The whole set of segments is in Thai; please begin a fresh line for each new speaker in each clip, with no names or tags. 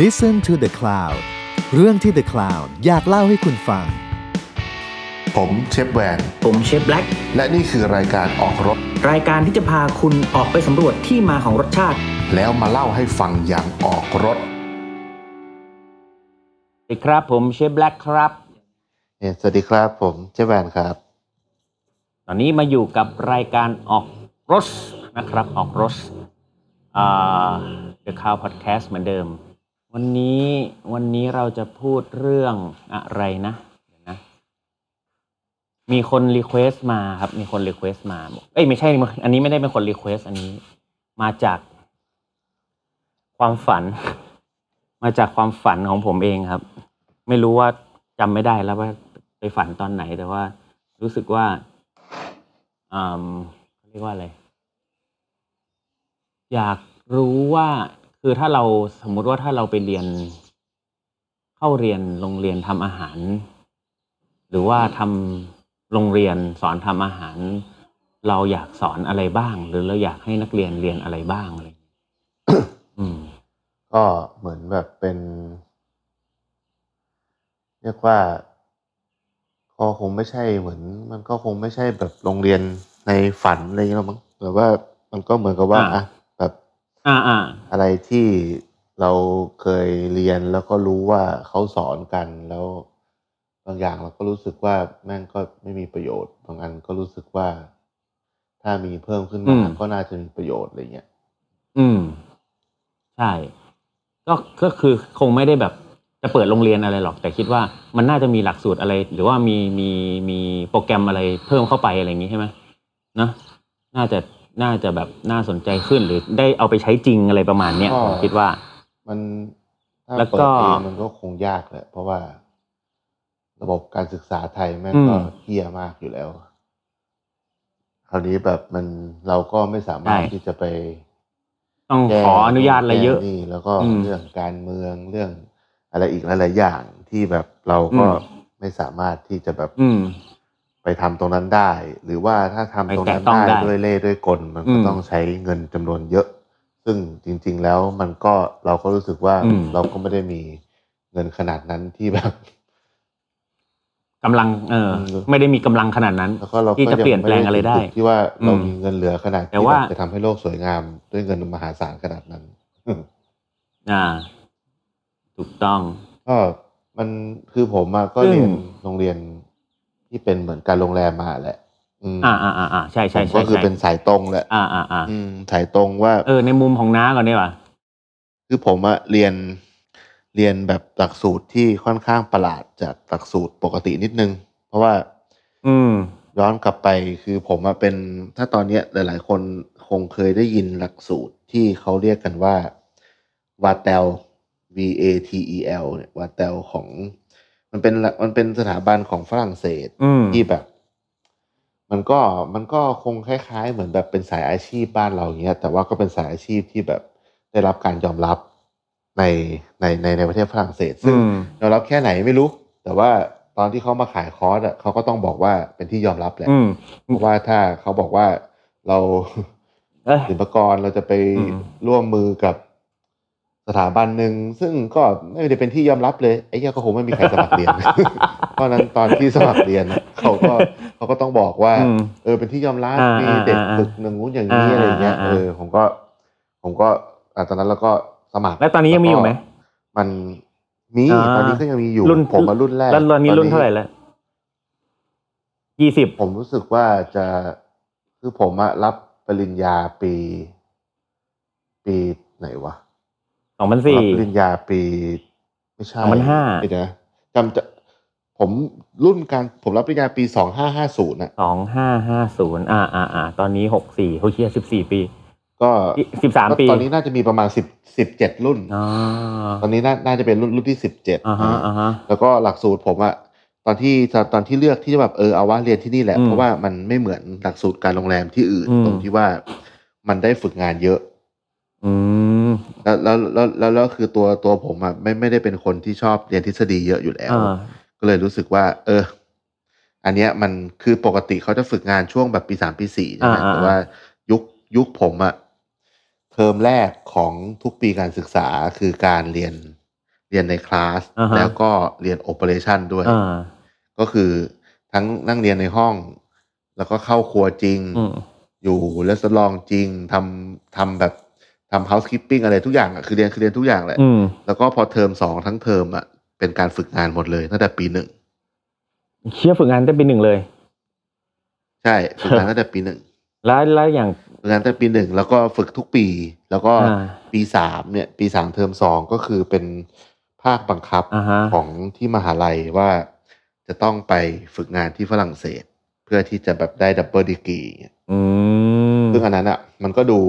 Listen to the Cloud เรื่องที่ The Cloud อยากเล่าให้คุณฟัง
ผมเชฟแวน
ผมเชฟแบล็ก
และนี่คือรายการออกรถ
รายการที่จะพาคุณออกไปสำรวจที่มาของรสชาติ
แล้วมาเล่าให้ฟังอย่างออกรถ
สวัสดีครับ ผมเชฟแบล็กครับ
เอ่อสวัสดีครับผมเจ๊แบนครับ
ตอนนี้มาอยู่กับรายการออกรสนะครับออกรสอ่า The Cow Podcast เหมือนเดิม วันนี้วันนี้เราจะพูดเรื่องอะไรนะเดี๋ยวนะ มีคนรีเควสมาครับ มีคนรีเควสมาบอกเอ้ยไม่ใช่ อันนี้ไม่ได้เป็นคนรีเควสอันนี้ มาจาก ความฝัน มาจากความฝันของผมเองครับ ไม่รู้ว่าจำไม่ได้แล้วว่าไปฝันตอนไหน แต่ว่า รู้สึกว่า อืมเขาเรียกว่าอะไร อยากรู้ว่าคือถ้าเราสมมุติว่าถ้าเราไปเรียน เข้าเรียนโรงเรียนทำอาหาร หรือว่าทำโรงเรียนสอนทำอาหาร เราอยากสอนอะไรบ้าง หรือเราอยากให้นักเรียนเรียนอะไรบ้างอะไรอย่างเงี้ ย อืม
ก็เหมือนแบบเป็น เรียกว่าก็คงไม่ใช่เหมือน มันก็คงไม่ใช่แบบโรงเรียนในฝันอะไรอย่างเงี้ยหรอกมั้งแต่ว่ามันก็เหมือนกับว่า
อ่า
อ่ะแบบ
อ่าอ่า
อะไรที่เราเคยเรียนแล้วก็รู้ว่าเขาสอนกันแล้วบางอย่างเราก็รู้สึกว่าแม่งก็ไม่มีประโยชน์บางอันก็รู้สึกว่า ถ้ามีเพิ่มขึ้นมาก็น่าจะมีประโยชน์อะไรเงี้ย
อืม ใช่ ก็ก็คือคงไม่ได้แบบจะเปิดโรงเรียนอะไรหรอก แต่คิดว่ามันน่าจะมีหลักสูตรอะไร หรือว่ามีมีมีโปรแกรมอะไรเพิ่มเข้าไปอะไรอย่างนี้ใช่ไหมเนอะน่าจะน่าจะแบบน่าสนใจขึ้น หรือได้เอาไปใช้จริงอะไรประมาณเนี้ย
ก็
ผมคิดว่า
มันถ้า
แล้วก็
เปิดเองมันก็คงยากแหละเพราะว่า ระบบการศึกษาไทยแม่งก็
อืม
เฮี้ยมากอยู่แล้ว คราวนี้แบบมันเราก็ไม่สามารถ
ใช่
ที่จะไป
ต้อง
แก้
ขออนุญาตอะไรเยอะ
แก้นี่แล้วก็
อืม
เรื่องการเมืองเรื่องอะไรอีกหลายๆอย่างที่แบบเราก็
อืม
ไม่สามารถที่จะแบบ
อืม
ไปทำตรงนั้นได้ หรือว่าถ้าทำตรงนั้น
ไปแตะต้องได้
ได้ด้วยเล่ห์ด้วยกลมันก็
อืม
ต้องใช้เงินจำนวนเยอะ ซึ่งจริง ๆ แล้วมันก็เราก็รู้สึกว่า
อืม
เราก็ไม่ได้มีเงินขนาดนั้นที่แบบ
กำลังเออ
อืม
ไม่ได้มีกำลังขนาดนั้น
แล้วก็เราก็
ที่จะเปลี่ยนแปลงอะไรได้
ม่ถึจุที่ว่าเรา
อืม
มีเงินเหลือขนาด
แต่
ที่
ว่า
แบบจะทำให้โลกสวยงามด้วยเงินมหาศาลขนาดนั้น
อ่า ถูกต้อง
ก็มันคือผมอะก็
ซึ่ง
เรียนโรงเรียนที่เป็นเหมือนการโรงแรมมาแหละ อืม
อ่าอ่าอ่าอ่าใช่
ผ
ใช่
ม
ใช่
ก็คือ
ใช่
เป็นสายตรงแหละ
อ่าอ่าอ่า
อืมสายตรงว่า
เออในมุมของน้าก่อนดีกว่า
คือผมอะเรียนเรียนแบบหลักสูตรที่ค่อนข้างประหลาดจากหลักสูตรปกตินิดนึง เพราะว่า
อืม
ย้อนกลับไปคือผมอะเป็นถ้าตอนเนี้ยหลาย ๆ คนคงเคยได้ยินหลักสูตรที่เขาเรียกกันว่า v a t e l V A T E L เนี่ย v a t e l ของ มันเป็นหลักมันเป็นสถาบันของฝรั่งเศส
อืม
ที่แบบ มันก็มันก็คงคล้าย ๆ เหมือนแบบเป็นสายอาชีพบ้านเราอย่างเงี้ย แต่ว่าก็เป็นสายอาชีพที่แบบได้รับการยอมรับในในในในประเทศฝรั่งเศส ซึ่ง
อืม
ยอมรับแค่ไหนไม่รู้ แต่ว่าตอนที่เขามาขายคอร์สอะเขาก็ต้องบอกว่าเป็นที่ยอมรับแหละ
อืม
เพราะว่าถ้าเขาบอกว่าเรา
เอ้ย
ศิลปากรเราจะไป
อืม
ร่วมมือกับสถาบันหนึ่งซึ่งก็ไม่ได้เป็นที่ยอมรับเลยไอ้เหี้ยก็คงไม่มีใครสมัครเรียน เพราะฉะนั้นตอนที่สมัครเรียนอะเขาก็เขาก็ต้องบอกว่า
อืม
เออเป็นที่ยอมรับ
อ่า
มี
อ่า
เด็ก
อ่า
ฝึกหนึ่างงู้นอย่างนี้
อ่า
อะไรอย่างเงี้ย
อ่าอ่า
เออผมก็ ผมก็อ่ะตอนนั้นเราก็สมัคร
แล้วตอนนี้ยังมีอยู่ไหม
มันมี
อ่า
ตอนนี้ก็ยังมีอยู่
รุ่น
ผมมารุ่นแรก
แล้วตอนนี้รุ่นเท่าไหร่แล้วยี่สิบ
ผมรู้สึกว่าจะคือผมอะรับปริญญาปี ปีไหนวะ
สองพันสี่
รับปริญญาปี ไม่ใช่
2005
เดี๋ยวนะจำจะผมรุ่นการผมรับปริญญาปีสองห้าห้าศูนย์ะ
สองห้าห้าศูนย์อ่าอ่าอ่าตอนนี้หกสี่เขาเชียสิบสี่ปี
ก็
สิบสามปี
ตอนนี้น่าจะมีประมาณสิบสิบเจ็ดรุ่น
อ๋อ
ตอนนี้น่าน่าจะเป็นรุ่นรุ่นที่สิบเจ็ด
อ่าฮะอ่าฮะ
แล้วก็หลักสูตรผมอะตอนที่ตอนตอนที่เลือกที่จะแบบเออเอาว่าเรียนที่นี่แหละ
อืม
เพราะว่ามันไม่เหมือนหลักสูตรการโรงแรมที่อื่น
อืม
ตรงที่ว่ามันได้ฝึกงานเยอะ
อืม
แล้วแล้วแล้วแล้วแล้วคือตัวตัวผมอะไม่ไม่ได้เป็นคนที่ชอบเรียนทฤษฎีเยอะอยู่แล้ว
อ่า
ก็เลยรู้สึกว่า เออ อันเนี้ยมันคือปกติเขาจะฝึกงานช่วงแบบปีสามปีสี่ใช่ไหม
อ่าอ่า
แต่ว่ายุคยุคผมอะ เทอมแรกของทุกปีการศึกษาคือการเรียนเรียนในคลาส
อ่าฮะ
แล้วก็เรียนโอเปอเรชันด้วย
อ่า
ก็คือทั้งนั่งเรียนในห้อง แล้วก็เข้าครัวจริง
อืม
อยู่เลสลองจริงทำทำแบบทำ housekeeping อะไรทุกอย่างอะคือเรียนคือเรียนทุกอย่างแหละ
อืม
แล้วก็พอเทอมสองทั้งเทอมอ่ะเป็นการฝึกงานหมดเลยตั้งแต่ปีหนึ่ง
เชี่ยฝึกงานได้ปีหนึ่งเลย
ใช่ฝึก งานตั้งแต่ปีหนึ่ง
แล้วแล้วอย่าง
ฝึกงานตั้งแต่ปีหนึ่งแล้วก็ฝึกทุกปี แล้วก็
อ่า
ปีสามเนี่ยปีสามเทอมสองก็คือเป็นภาคบังคับ
อ่าฮะ
ของที่มหาลัยว่าจะต้องไปฝึกงานที่ฝรั่งเศส เพื่อที่จะแบบได้ดับเบิลดีกรีย
อืม
ซึ่งอันนั้นอ่ะมันก็ดู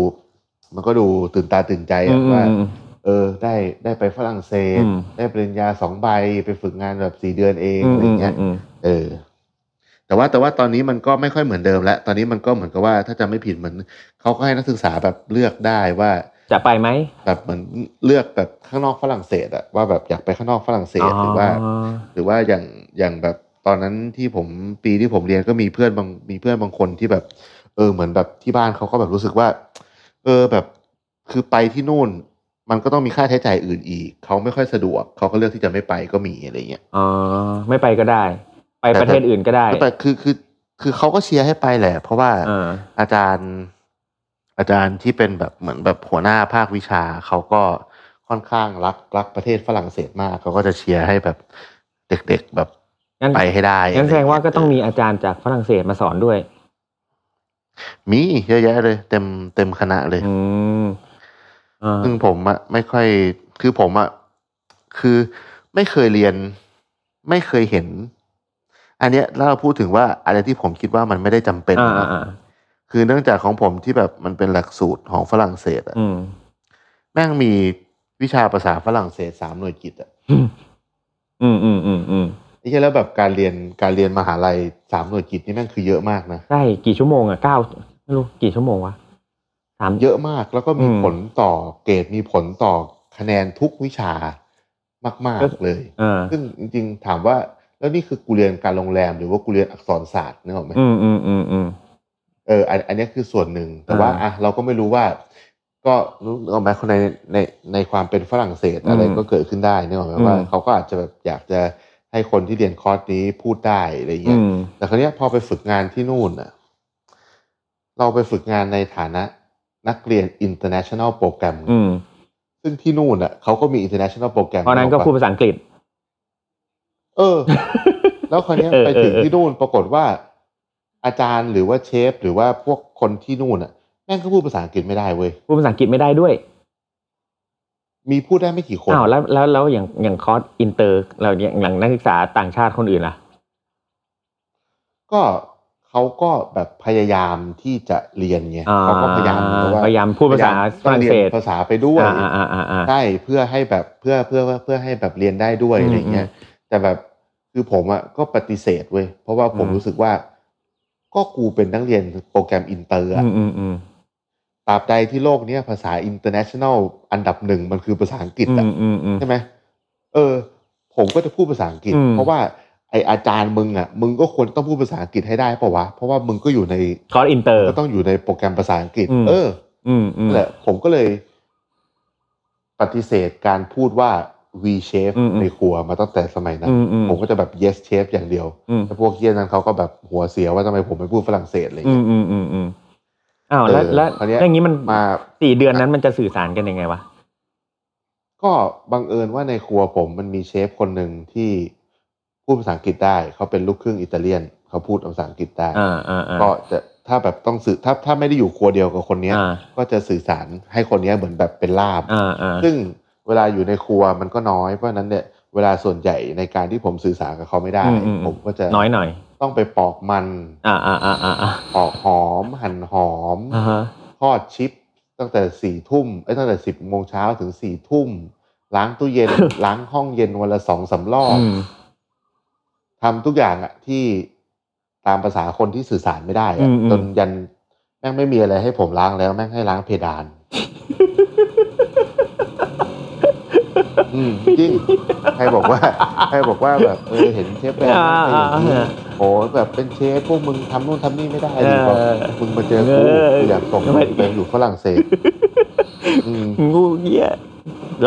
มันก็ดูตื่นตาตื่นใจ
อื
อ่ะ
ม
ว่า
อืม
เออได้ได้ไปฝรั่งเศส
อืม
ได้ปริญญาสองใบไปฝึกงานแบบสี่เดือนเอง
อืม
อะไร
อืม
เงี้ย
อืม
เออ แต่ว่าแต่ว่าตอนนี้มันก็ไม่ค่อยเหมือนเดิมแล้วตอนนี้มันก็เหมือนกับว่าถ้าจะไม่ผิดเหมือนเขาก็ให้นักศึกษาแบบเลือกได้ว่า
จะไปไหม
แบบเหมือนเลือกแบบข้างนอกฝรั่งเศสอะว่าแบบอยากไปข้างนอกฝรั่งเศสหรือว่า หรือว่าอย่างอย่างแบบตอนนั้นที่ผมปีที่ผมเรียนก็มีเพื่อนบางมีเพื่อนบางคนที่แบบ เออเหมือนแบบที่บ้านเขาก็แบบรู้สึกว่า เออแบบคือไปที่นู่น มันก็ต้องมีค่าใช้จ่ายอื่นอีก เขาไม่ค่อยสะดวก เขาก็เลือกที่จะไม่ไปก็มีอะไรเงี้ย
อ๋อไม่ไปก็ได้ ไป
แต่
ประเทศอื่นก็ได้
แต่คือคือคือเขาก็เชียร์ให้ไปแหละ เพราะว่า
เออ
อาจารย์ อาจารย์ที่เป็นแบบเหมือนแบบหัวหน้าภาควิชาเขาก็ค่อนข้างรักรักประเทศฝรั่งเศสมากเขาก็จะเชียร์ให้แบบเด็กๆแบบ
งั้น
ไปให้ได้
งั้นแสดงว่าก็ต้อง
เ
มีอาจารย์จากฝรั่งเศสมาสอนด้วย
มีเยอะแยะเลย เต็มเต็มคณะเลย
อืมเออ
ซึ่งผมอะไม่ค่อยคือผมอะคือไม่เคยเรียน ไม่เคยเห็น อันเนี้ยแล้วเราพูดถึงว่าอะไรที่ผมคิดว่ามันไม่ได้จำเป็น
อ่า
นะ
อ่า
คือเนื่องจากของผมที่แบบมันเป็นหลักสูตรของฝรั่งเศสอะ
อืม
แม่งมีวิชาภาษาฝรั่งเศสสามหน่วยกิตอะ
อืมอืมอืมอืม
ไอ้เหี้ยแล้วแบบการเรียนการเรียนมหาลัยสามหน่วยกิตนี่แม่งคือเยอะมากนะ
ใช่กี่ชั่วโมงอ่ะเก้าไม่รู้กี่ชั่วโมงวะสาม
เยอะมากแล้วก็มี
อืม
ผลต่อเกรดมีผลต่อคะแนนทุกวิชามาก
ก็
ๆ เลย
เออ
ซึ่งจริงๆถามว่าแล้วนี่คือกูเรียนการโรงแรมหรือว่ากูเรียนอักษรศาสตร์นึกออกไหม
อืมอืมอืมอืม
เอออันอันเนี้ยคือส่วนหนึ่ง แต่ว่า
อ่า
อ่ะเราก็ไม่รู้ว่า ก็นึกออกไหมคนในในในความเป็นฝรั่งเศสอะไร
อืม
ก็เกิดขึ้นได้นึกออกไหม
อืม
ว่าเขาก็อาจจะแบบอยากจะให้คนที่เรียนคอร์สนี้พูดได้อะไรอย่าง
อื
เงี้ย
ม
แต่คราวเนี้ยพอไปฝึกงานที่นู่นน่ะ เราไปฝึกงานในฐานะนักเรียน international program
อืม
ซึ่งที่นู่นน่ะเขาก็มี international program
เพราะนั้นก็พูดภาษาอังกฤษ
เออ แล้วคราวเนี้ย
เออ
ไปถึง
เออเออ
ที่นู่นปรากฏว่า อาจารย์หรือว่าเชฟ หรือว่าพวกคนที่นู่นน่ะแม่งก็พูดภาษาอังกฤษไม่ได้เว้ย
พูดภาษาอังกฤษไม่ได้ด้วย
มีพูดได้ไม่กี่คน
อ้าวแล้วแล้วแล้วอย่างอย่างคอร์สอินเตอร์เราเนี่ยอย่างนักศึกษาต่างชาติคนอื่นล่ะ
ก็เขาก็แบบพยายามที่จะเรียนไง
อ่า
เขาก็พยายามเหมือนกับว่า
พยายามพูดภาษาฝรั่งเศส
พยายามต้องยนภาษาไปด้วย
อ่าอ่าอ่าอ่า
ใช่เพื่อให้แบบเพื่อเพื่อเพื่อให้แบบเรียนได้ด้วย
อืม
อะไรเงี้ยแต่แบบคือผมอะก็ปฏิเสธเว้ยเพราะว่าผม
อืม
รู้สึกว่า ก็กูเป็นนักเรียนโปรแกรมอินเตอร์อะ
อืมอืมอืม
ตราบใดที่โลกเนี้ยภาษาอินเตอร์เนชั่นแนลอันดับหนึ่งมันคือภาษาอังกฤษ
อื
อะ
มอืมอืม
ใช่ไหมเออ ผมก็จะพูดภาษาอังกฤษ
อืม
เพราะว่าไออาจารย์มึงอะมึงก็ควรต้องพูดภาษาอังกฤษให้ได้ปะวะเพราะว่ามึงก็อยู่ใน
คอร์สอินเตอร์
ก็ต้องอยู่ในโปรแกรมภาษาอังกฤษ
อืม
เออ
อืมอืม
นั่นแหละผมก็เลยปฏิเสธการพูดว่า V shape
อืมอืม
ในครัวมาตั้งแต่สมัยนั้น
อืมอืม
ผมก็จะแบบ yes shape อย่างเดียว
อืม
แต่พวกเยี่ยนั้นเขาก็แบบหัวเสียว่าทำไมผมไม่พูดฝรั่งเศสอะไร
อื
เงี้
ม
ย
อืมอืมอืมอ้าวแล้ว
เออ
แล้ว
คราวเนี้ย
อย่างนี้มัน
มา
สี่เดือนนั้นมันจะสื่อสารกันยังไงวะ
ก็บังเอิญว่าในครัวผมมันมีเชฟคนหนึ่งที่พูดภาษาอังกฤษได้ เขาเป็นลูกครึ่งอิตาเลียน เขาพูดภาษาอังกฤษได้
อ่าอ่าอ่า
ก็จะถ้าแบบต้องสื่อถ้าถ้าไม่ได้อยู่ครัวเดียวกับคนเนี้ย
อ่า
ก็จะสื่อสารให้คนเนี้ยเหมือนแบบเป็นล่าม
อ่าอ่า
ซึ่งเวลาอยู่ในครัวมันก็น้อย เพราะฉะนั้นเนี่ยเวลาส่วนใหญ่ในการที่ผมสื่อสารกับเขาไม่ได้
อือื
ผมก็จะ
น้อยหน่อย
ต้องไปปอกมัน
อ่าอ่าอ่าอ่าอ่า
ปอกหอม หั่นหอม
อ่าฮะ
ทอดชิป ตั้งแต่สี่ทุ่มเอ้ยตั้งแต่สิบโมงเช้าถึงสี่ทุ่มล้างตู้เย็น ล้างห้องเย็นวันละสองสามรอบ
อืม
ทำทุกอย่างอะที่ตามภาษาคนที่สื่อสารไม่ได้อะจนยันแม่งไม่มีอะไรให้ผมล้างแล้วแม่งให้ล้างเพดาน อืมจริงใครบอกว่าใครบอกว่าแบบเออเห็นเชฟแบรนด์
อ่า
อะไร
อ่า
อย่าง
อ่า
นี้โอ้แบบเป็นเชฟพวกมึงทำนู่นทำนี่ไม่ได้ดีกว่า
เออ
มึงมาเจอกู
เออ
กูอยากตก
ไม่
เป็นอยู่ฝรั่งเศส อืม
งูเงี้ย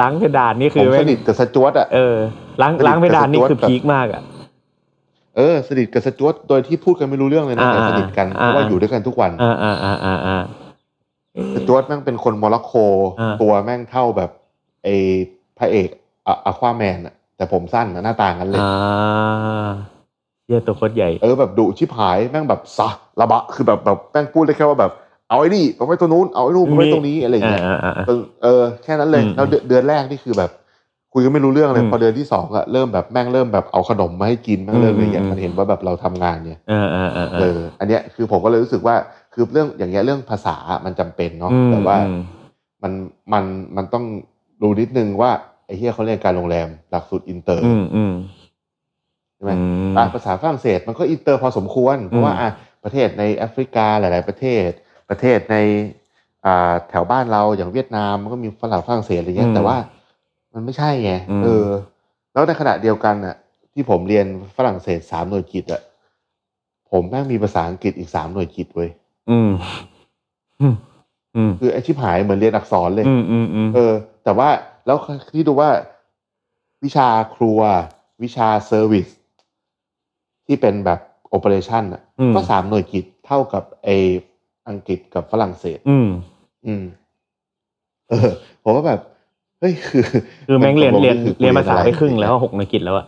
ล้างเพดานนี่
ผ
คือ
ม
แม่
ส
ง
นิทกับสจวตอ่ะ
เออล้าง
สนิท
ล้างเพดานนี่คือ
กับสจ๊วต
พีคมากอ่ะ
เออสนิทกับสจวตโดยที่พูดกันไม่รู้เรื่องเลยนะแต่
อ่า
สนิทกันเพ
อ่า
ราะว่าอยู่ด้วยกันทุกวัน
อ่าอ่าอ่าอ่าอ่า
สจวตแม่งเป็นคนโมร็อกโก
อ่า
ตัวแม่งเท่าแบบไอพระเอกอะควาแมนอ่ะ แต่ผมสั้นนะหน้าตางั้นเลย
อ่าเยี่ยตัวโคตรใหญ่
เออแบบดุชิบหายแม่งแบบสะระบะคือแบบแบบแม่งพูดได้แค่ว่าแบบ เอาไอ้นี่เอาไว้ตัวนู้นเอาไอ้นู่นเอาไว้ตรงนี้อะไรอย่าง
อ่า
เงี้ย
อ่าอ่าอ่า
เออเออแค่นั้นเลย
อืม
แล้วเดือนเดือนแรกนี่คือแบบ คุยกันไม่รู้เรื่องเลย
อืม
พอเดือนที่สองอะเริ่มแบบแม่งเริ่มแบบเอาขนมมาให้กินแม่งเริ่มอะไรอย่างเงี้ย
อืม
มันเห็นว่าแบบเราทำงานเนี่ย
เออเออเออเอ
เอ
อ
ออันเนี้ยคือผมก็เลยรู้สึกว่าคือเรื่องอย่างเงี้ยเรื่องภาษามันจำเป็นเนาะ
ม
แต่ว่า
อืม
มันมันมันต้องรู้นิดนึงว่าไอ้เฮียเขาเรียนการโรงแรมหลักสูตรอินเตอร์
อืมอืม
ใช่ไหม
อืม
อ่ะภาษาฝรั่งเศสมันก็อินเตอร์พอสมควร เพราะว่าอ่ะประเทศในแอฟริกาหลาย ๆ ประเทศ ประเทศในอ่าแถวบ้านเราอย่างเวียดนามมันก็มีฝรั่งฝรั่งเศสอะไรเงี้
อื
ย
ม
แต่ว่ามันไม่ใช่ไง
อืม
เออ แล้วในขณะเดียวกันน่ะ ที่ผมเรียนฝรั่งเศสสามหน่วยกิตอ่ะผมแม่งมีภาษาอังกฤษอีกสามหน่วยกิตเว้ย
อืมอืมอืม
คือไอชิบหายเหมือนเรียนอักษรเลย
อืมอืมอืม
เออ แต่ว่าแล้วที่ดูว่าวิชาครัว วิชาเซอร์วิสที่เป็นแบบโอเปอเรชันอ่ะ
ม
ก็สามหน่วยกิจเท่ากับไออังกฤษกับฝรั่งเศส
อืม
อืม เออผมว่าแบบ เฮ้ยคือ
คือแม่งเรียนเรียน
คือกู
เรียนภาษาไปครึ่งแล้ว
อะ
หกในกิจแล้วอะ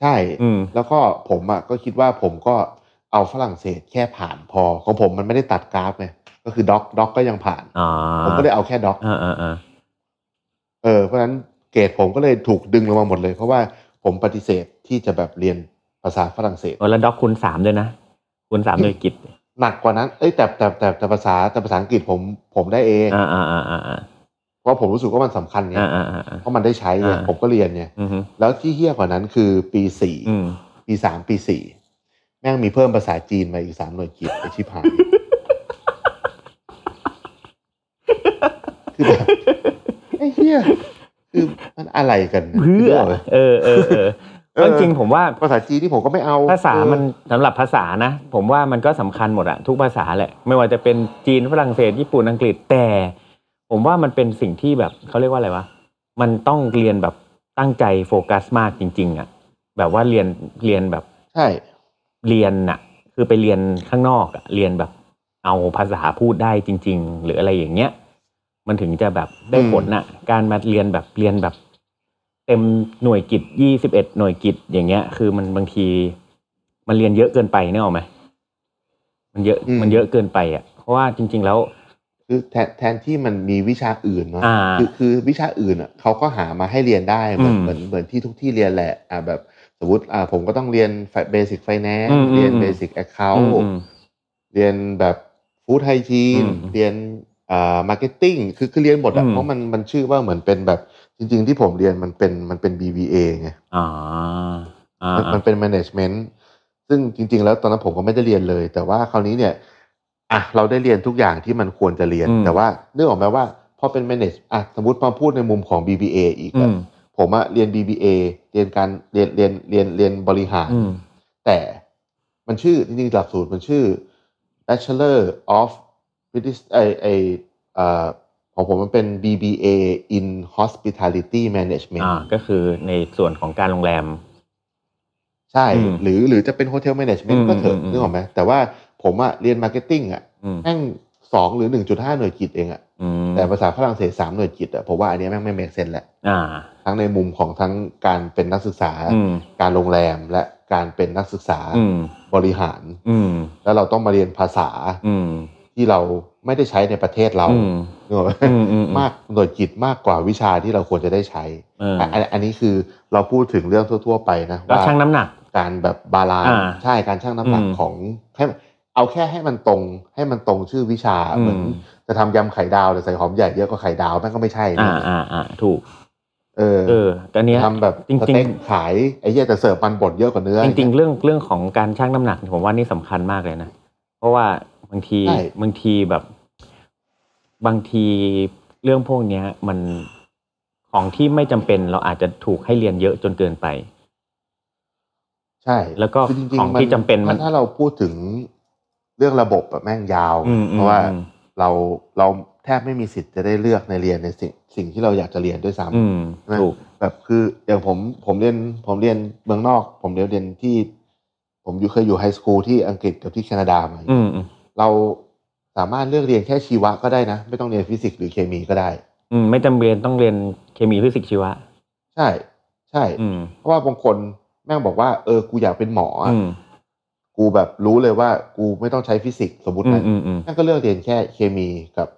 ใช่
อืม
แล้วก็ผมอ่ะก็คิดว่าผมก็เอาฝรั่งเศสแค่ผ่านพอ ของผมมันไม่ได้ตัดกราฟไงก็คือด็อกด็อกก็ยังผ่าน
อ่า
ผมก็ได้เอาแค่ด็อก
อ่าอ่าอ่า
เออเพราะฉะนั้นเกรดผมก็เลยถูกดึงลงมาหมดเลย เพราะว่าผมปฏิเสธที่จะแบบเรียนภาษาฝรั่งเศส
โอ้แล้วด็อกคูณสามด้วยนะคูณสามหน่วยกิจ
หนักกว่านั้นเอ้ยแต่แต่แต่แต่ภาษาแต่ภาษาอังกฤษผมผมได้เอง
อ่าอ่าอ่าอ่าอ่า
เพราะผมรู้สึกว่ามันสำคัญไง
อ่าอ่าอ่าอ่า
เพราะมันได้ใช้ไง
อ่า
ผมก็เรียนไง
อืมฮึ
แล้วที่เฮี้ยกว่านั้นคือปีสี่
อืม
ปีสามปีสี่แม่งมีเพิ่มภาษาจีนมาอีกสามหน่วยกิตไอชิบหาย คือแบบไอ้เฮี้ยคือมันอะไรกันนี่ย
เพื่อ
นึกกไหม
เออเออเออ
เออ
จริงๆผมว่า
ภาษาจีนที่ผมก็ไม่เอา
ภาษา
เออ
มันสำหรับภาษานะ ผมว่ามันก็สำคัญหมดอะทุกภาษาแหละ ไม่ว่าจะเป็นจีนฝรั่งเศสญี่ปุ่นอังกฤษแต่ ผมว่ามันเป็นสิ่งที่แบบเขาเรียกว่าอะไรวะมันต้องเรียนแบบตั้งใจโฟกัสมากจริง ๆอะแบบว่าเรียนเรียนแบบ
ใช่
เรียนน่ะ คือไปเรียนข้างนอกอะเรียนแบบเอาภาษาพูดได้จริง ๆ หรืออะไรอย่างเงี้ย มันถึงจะแบบได้ผลน่ะ การมาเรียนแบบเรียนแบบ เต็มหน่วยกิจยี่สิบเอ็ดหน่วยกิจอย่างเงี้ย คือมันบางที มันเรียนเยอะเกินไปเนี่ยหรอกไหมมันเยอะมันเยอะเกินไปอ่ะเพราะว่าจริง ๆ แล้ว
คือแทนแทนที่มันมีวิชาอื่นเนาะ
อ่า
คือคือวิชาอื่นอ่ะเขาก็หามาให้เรียนได้เหมือน
อืม
เหมือนเหมือนที่ทุกที่เรียนแหละอ่าแบบสมมติอ่าผมก็ต้องเรียนเบสิกไฟแนน
อื
ซ์
มอืม
เรียน
อืม
เบสิกแอคเคา
อืม
ท์
อืม
เรียนแบบฟู้ดไฮจีน
อืม
เรียนอ่ามาร์เก็ตติ้งคือคือเรียนหมดอะ
อืม
เพราะมันมันชื่อว่าเหมือนเป็นแบบจริง ๆ ที่ผมเรียนมันเป็นมันเป็น BBA ไง
อ่าอ่าม
นมันเป็น management ซึ่งจริง ๆ แล้วตอนนั้นผมก็ไม่ได้เรียนเลย แต่ว่าคราวนี้เนี่ยอ่ะเราได้เรียนทุกอย่างที่มันควรจะเรียน แต่ว่าเนื่องออกไหมว่าพอเป็น manage อ่ะสมมติมาพูดในมุมของ BBA อีก
อื
อะ
ม
ผมอะเรียน BBA เรียนการเรียนเรียนเรียนเรียนบริหาร
อืม
แต่มันชื่อจริงๆหลักสูตรมันชื่อ Bachelor of British ไอไอเอ่อของผมมันเป็น BBA in Hospitality Management
อ่า ก็คือในส่วนของการโรงแรม
ใช่
อืม
หรือหรือจะเป็น Hotel Management
อืม
ก็เถอะ
อืมอืม
นึกออกไหมแต่ว่าผมอะเรียน Marketing อะ
อืม
แม่งสองหรือหนึ่งจุดห้าหน่วยกิตเองอะ
อืม
แต่ภาษาฝรั่งเศสสามหน่วยกิตอะผมว่าอันเนี้ยแม่งไม่เมกเซนแหละ
อ่า
ทั้งในมุมของทั้งการเป็นนักศึกษา
อืม
การโรงแรมและการเป็นนักศึกษา
อืม
บริหาร
อืม
แล้วเราต้องมาเรียนภาษา
อืม
ที่เราไม่ได้ใช้ในประเทศเรา
อืม
เนกออกไหม
อืมอืม
มากหน่วยกิจมากกว่าวิชาที่เราควรจะได้ใช้
เออ
อ่ะอันอันนี้คือเราพูดถึงเรื่องทั่ว ๆ ไปนะ
ก็
ว่า
ชั่งน้ำหนัก
การแบบบาลานซ์
อ่า
ใช่การชั่งน้ำหนัก
อืม
ของให้มันเอาแค่ให้มันตรงให้มันตรงชื่อวิชา
อืม
เหมือนจะทำยำไข่ดาวแต่ใส่หอมใหญ่เยอะกว่าไข่ดาวแม่งก็ไม่ใช่
อ่า
นะ
อ่าอ่าถูก
เออ
เออแต่อันเนี้ย
ทำแบบ
จริงๆ
สเต็กขายไอ้เหี้ยแต่เสิร์ฟมันบดเยอะกว่าเนื้อ
จริง ๆ เรื่องเรื่องของการชั่งน้ำหนักผมว่านี่สำคัญมากเลยนะ เพราะว่าบางที
ใช่
บางทีแบบ บางทีเรื่องพวกเนี้ย มันของที่ไม่จำเป็นเราอาจจะถูกให้เรียนเยอะจนเกินไป
ใช่
แล้วก็
คือจริง
ของ
ๆมัน
ที่จำเป็นมัน
ถ้าถ้าเราพูดถึงเรื่องระบบอะแม่งยาว
อืมอืม
เพราะว่า
อืม
เราเราแทบไม่มีสิทธิ์จะได้เลือกในเรียนในสิ่งสิ่งที่เราอยากจะเรียนด้วยซ้ำ
อืม
ใช่ไหม
ถูก
แบบคืออย่างผมผมเรียนผมเรียนเมืองนอก ผมเรียนเรียนที่ ผมอยู่เคยอยู่ไฮสคูลที่อังกฤษกับที่แคนาดามา
อืมอืม
เราสามารถเลือกเรียนแค่ชีวะก็ได้นะ ไม่ต้องเรียนฟิสิกส์หรือเคมีก็ได้
อืมไม่จำเป็นต้องเรียนเคมีฟิสิกส์ชีวะ
ใช่ ใช่
อืม
เพราะว่าบางคนแม่งบอกว่าเออกูอยากเป็นหมออะ
อืม
กูแบบรู้เลยว่ากูไม่ต้องใช้ฟิสิกส์สมมติ
อืม
นะ
อืมอืม
แม่งก็เลือกเรียนแค่เคมีกับ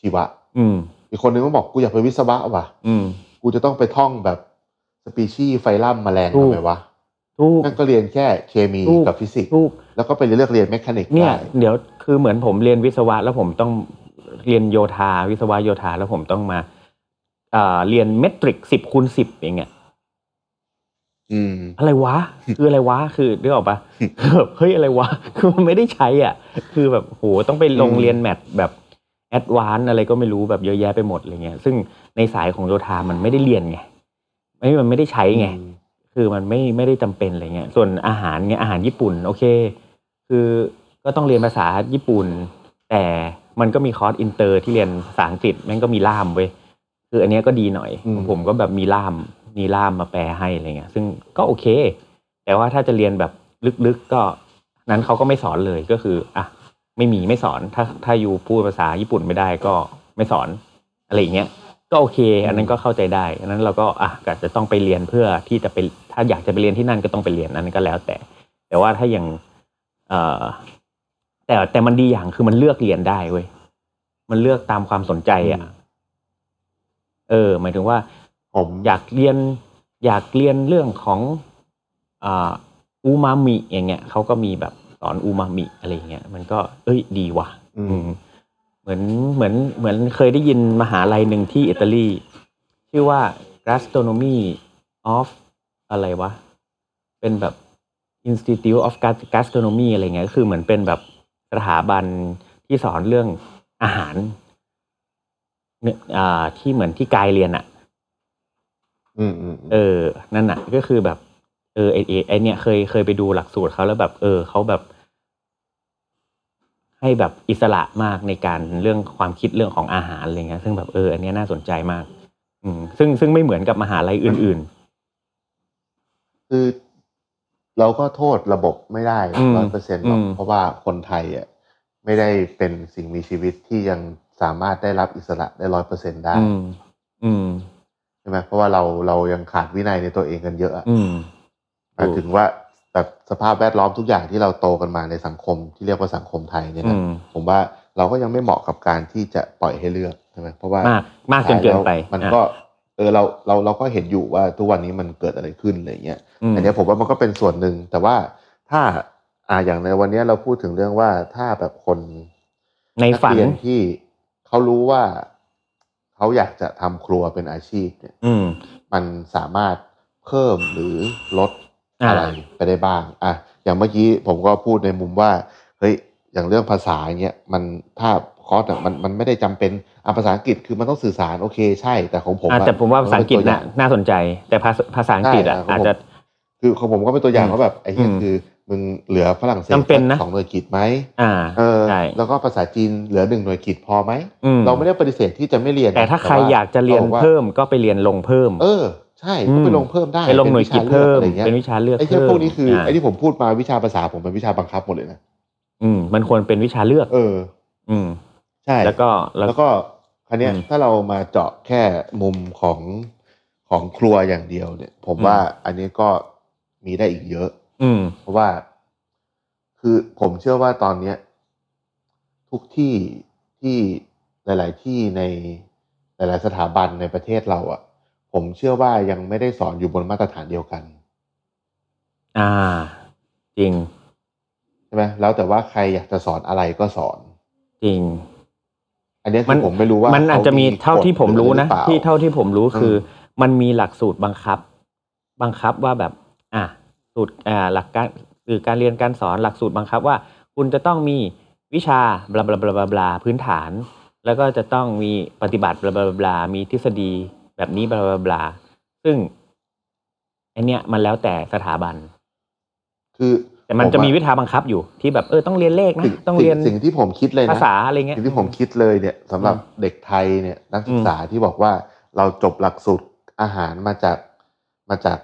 ชีวะ
อืม
อีกคนนึงก็บอกกูอยากเป็นวิศวะว่ะ
อืม
กูจะต้องไปท่องแบบสปีชีส์ไฟลัมแมลง
ถูก
ทำไมวะ
ถูก
นั่นก็เรียนแค่เคมี
ถูก
กับฟิสิกส์
ถูก
แล้วก็ไปเลือกเรียนแมคานิก
เนี่ย
ได้
เดี๋ยวคือเหมือนผมเรียนวิศวะ แล้วผมต้องเรียนโยธา วิศวะโยธาแล้วผมต้องมาอ่าเรียนเมตริกสิบคูณสิบอย่างเงี้ย
อืม
อะไรวะ คืออะไรวะ คือนึกออกปะ คือแบบเฮ้ยอะไรวะ คือมันไม่ได้ใช้อ่ะ คือแบบโหต้องไปลง
อืม
เรียนแมทแบบแอดวานอะไรก็ไม่รู้แบบเยอะแยะไปหมดอะไรเงี้ย ซึ่งในสายของโยธามันไม่ได้เรียนไงไม่มันไม่ได้ใช้ไง คือมันไม่ไม่ได้จำเป็นอะไรเงี้ย ส่วนอาหารเงี้ยอาหารญี่ปุ่นโอเค คือก็ต้องเรียนภาษาญี่ปุ่น แต่มันก็มีคอร์สอินเตอร์ที่เรียนภาษาอังกฤษแม่งก็มีล่ามเว้ยคืออันเนี้ยก็ดีหน่อย
อืม
ผมก็แบบมีล่ามมีล่ามมาแปลให้อะไรเงี้ย ซึ่งก็โอเค แต่ว่าถ้าจะเรียนแบบลึกๆก็นั้นเขาก็ไม่สอนเลยก็คืออ่ะไม่มีไม่สอนถ้าถ้าอยู่พูดภาษาญี่ปุ่นไม่ได้ก็ไม่สอนอะไรอย่างเงี้ย ก็โอเค อันนั้นก็เข้าใจได้ อันนั้นเราก็อ่ะก็จะต้องไปเรียนเพื่อที่จะไปถ้าอยากจะไปเรียนที่นั่นก็ต้องไปเรียนอันนั้นก็แล้วแต่ แต่ว่าถ้าอย่างเอ่อแต่แต่มันดีอย่างคือมันเลือกเรียนได้เว้ยมันเลือกตามความสนใจอ่ะ เออ หมายถึงว่า
ผม
อยากเรียนอยากเรียนเรื่องของอ่าอูมามิอย่างเงี้ยเขาก็มีแบบสอนอูมามิอะไรอย่างเงี้ยมันก็ เอ้ยดีว่ะ
อื
อื
ม
มเหมือนเหมือนเหมือนเคยได้ยินมหาลัยหนึ่งที่อิตาลี ชื่อว่า gastronomy of อะไรวะ เป็นแบบ institute of Gas- gastronomy อะไรเงี้ยก็คือเหมือนเป็นแบบสถาบันที่สอนเรื่องอาหารเนี่ยอ่าที่เหมือนที่กายเรียนอะ
อืมอืมอืม
เออ นั่นน่ะ ก็คือแบบ เออไอไอ้ไอเนี่ยเคยเคยไปดูหลักสูตรเขาแล้วแบบ เออเขาแบบ ให้แบบอิสระมากในการเรื่องความคิดเรื่องของอาหารอะไรเงี้ย ซึ่งแบบเอออันเนี้ยน่าสนใจมาก อืม ซึ่งซึ่งไม่เหมือนกับมหาลัยอื่น
คือเราก็โทษระบบไม่ได้
อืม
ร้อยเปอร์เซ็นต์หรอก
อืม
เพราะว่าคนไทยอ่ะไม่ได้เป็นสิ่งมีชีวิตที่ยังสามารถได้รับอิสระได้ร้อยเปอร์เซ็นต์
ๆ
ได้
อืม อืม
ใช่ไหมเพราะว่าเราเรายังขาดวินัยในตัวเองกันเยอะอะ
อืม
หมายถึงว่าแบบสภาพแวดล้อมทุกอย่างที่เราโตกันมาในสังคมที่เรียกว่าสังคมไทยเนี่ย
อื
นะ
ม
ผมว่าเราก็ยังไม่เหมาะกับการที่จะปล่อยให้เลือกใช่ไหมเพราะว่า
มาก มากจนเกินไป
แล้วมันก็เออเราเราเราก็เห็นอยู่ว่าทุกวันนี้มันเกิดอะไรขึ้นอะไรเงี้ย
อืม
อันเนี้ยผมว่ามันก็เป็นส่วนหนึ่ง แต่ว่าถ้าอ่าอย่างในวันเนี้ยเราพูดถึงเรื่องว่าถ้าแบบคน
ใน
นัก
ฝัน
เรียนที่เขารู้ว่าเขาอยากจะทำครัวเป็นอาชีพเนี่ย
อืม
มันสามารถเพิ่มหรือลด
อ่า
อะไรไปได้บ้างอ่ะอย่างเมื่อกี้ผมก็พูดในมุมว่าเฮ้ยอย่างเรื่องภาษาเงี้ยมันถ้าคอร์สอะมันมันไม่ได้จำเป็นอ่ะภาษาอังกฤษคือมันต้องสื่อสารโอเคใช่ แต่ของผม
อ่ะ
อะ
แต่ผมว่าภาษาอังกฤษ
มันเป็นตัวอย่
น่ะ
ง
น่าสนใจ แต่ภาษาภาษาอังกฤษอ่ะ
ใช่
อาจ
ผม
จะ
คือของผมก็เป็นตัวอย่าง
อืม
ว่าแบบไอ้เนี่ยคือมึงเหลือฝรั่งเศส
จำเป็นนะ
สองหน่วยกิจไหม
อ่า
เออ
ใช่
แล้วก็ภาษาจีนเหลือหนึ่งหน่วยกิจพอไหม
อืม
เราไม่ได้ปฏิเสธที่จะไม่เรียนนะ
แต่ถ้าใคร
ว่
อยากจะเรียน
ราบอกว่า
เพิ่มก็ไปเรียนลงเพิ่ม
เออ ใช่ก็ไป
อืม
ลงเพิ่มได้
ไปลงหน่วยกิจเพิ่ม
ป็นวิชาลือกอะไรเงี้ย
เป็นวิชาเลือก
ไอ้เรื่
เพิ่ม
พวกนี้คืออไอ้
ะ
ที่ผมพูดมาวิชาภาษาผมเป็นวิชาบังคับหมดเลยนะ
อืมมันควรเป็นวิชาเลือก
เออ
อืม
ใช่
แล้วก็แล้ว
แล้วก็คันเนี้ย
อืม
ถ้าเรามาเจาะแค่มุมของของครัวอย่างเดียวเนี่ย ผม
อืม
ว่าอันนี้ก็มีได้อีกเยอะ
อืม
เพราะว่าคือผมเชื่อว่าตอนเนี้ย ทุกที่ที่หลาย ๆ ที่ในหลาย ๆ สถาบันในประเทศเราอะ่ะ ผมเชื่อว่ายังไม่ได้สอนอยู่บนมาตรฐานเดียวกัน
อ่า จริง
ใช่ไหมแล้วแต่ว่าใครอยากจะสอนอะไรก็สอน
จริง
อันเนี้ยคื
มั
อน ผมไม่รู้ว่า
มันอาจจะมีเท่าที่ผมรู้นะ
กฎหอเปล่า
ที่เท่าที่ผมรู้คือ
ม
มันมีหลักสูตรบังคับ บังคับว่าแบบ อ่ะสูตรอ่าหลักการคือการเรียนการสอนหลักสูตรบังคับว่า คุณจะต้องมีวิชาบลาบลาบลาบลาบลาพื้นฐาน แล้วก็จะต้องมีปฏิบัติบลาบลาบลาบลามีทฤษฎีแบบนี้บลาบลาบลาซึ่งไอเนี้ยมันแล้วแต่สถาบัน
คือ
แต่มัน
ผม
จะมี
ว่า
วิชาบังคับอยู่ที่แบบเออต้องเรียนเลขนะ
สิ่ง
ต้องเรียน
สิ่งที่ผมคิดเลยนะ
ภาษาอะไรเงี้ย
สิ่งที่ผมคิดเลยเนี่ยสำหรับ
อืม
เด็กไทยเนี่ยนักศึกษาที่บอกว่าเราจบหลักสูตรอาหารมาจากมาจาก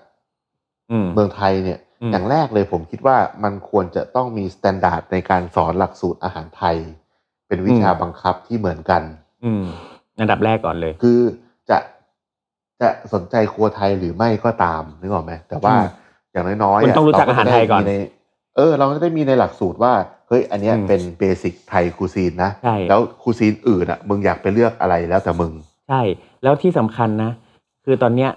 อืม
เมืองไทยเนี่ย
อืม
อย่างแรกเลยผมคิดว่ามันควรจะต้องมีสแตนดาร์ดในการสอนหลักสูตรอาหารไทย เป็นวิชาบังคับที่เหมือนกัน
อืมอันดับแรกก่อนเลย
คือจะจะสนใจครัวไทยหรือไม่ก็ตามนึกออกไหมแต่ว่า
อืม
อย่างน้อยๆ
คุณต้องรู้จัก
เ
อาหารไทยก่อน
มีใเออ เราก็จะได้มีในหลักสูตรว่าเฮ้ยอันเนี้ย
อืม
เป็นเบสิกไทยคูซีนนะ
ใช่
แล้วคูซีนอื่นอ่ะมึงอยากไปเลือกอะไรแล้วแต่มึง
ใช่ แล้วที่สำคัญนะ คือตอนเนี้ย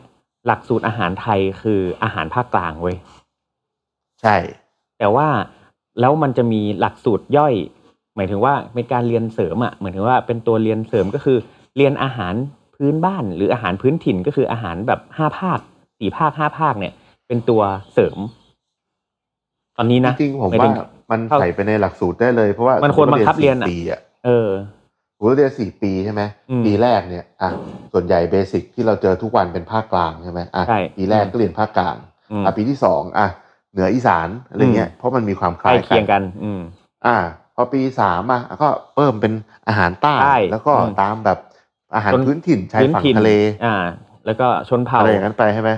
หลักสูตรอาหารไทยคืออาหารภาคกลางเว้ย
ใช่
แต่ว่าแล้วมันจะมีหลักสูตรย่อย หมายถึงว่าเป็นการเรียนเสริมอ่ะหมายถึงว่าเป็นตัวเรียนเสริมก็คือ เรียนอาหารพื้นบ้าน หรืออาหารพื้นถิ่นก็คืออาหารแบบห้าภาคสี่ภาคห้าภาคเนี่ย เป็นตัวเสริม ตอนนี้นะ
จริงๆผม
หย
ว่า
ถึง
มันใส่ไปในหลักสูตรได้เลยเพราะว่า
มันควรบังคับเรียนอะ
สี่ปีอ่ะ
เออ
ผมเรียนสี่ปีใช่ไหม
อืม
ปีแรกเนี่ยอ่ะส่วนใหญ่เบสิกที่เราเจอทุกวันเป็นภาคกลางใช่ไหมอ่ะ
ใช่
ปีแรกก็เรียนภาคกลาง
อืม
อ่ะปีที่สองอ่ะเหนืออีสานอะไรเงี้ย
อืม
เพราะมันมีความค
ใกล้
ล้าย
เคียงกัน อืม
อ่า พอปีสามอ่ะก็เพิ่มเป็นอาหารใต้
ใต้
แล้วก็
อืม
ตามแบบอาหาร
ชน
พื้นถิ่นชายฝั่งทะเล
อ่า แล้วก็ชนเผ่า
อะไรอย่างนั้นไปใช่ไหม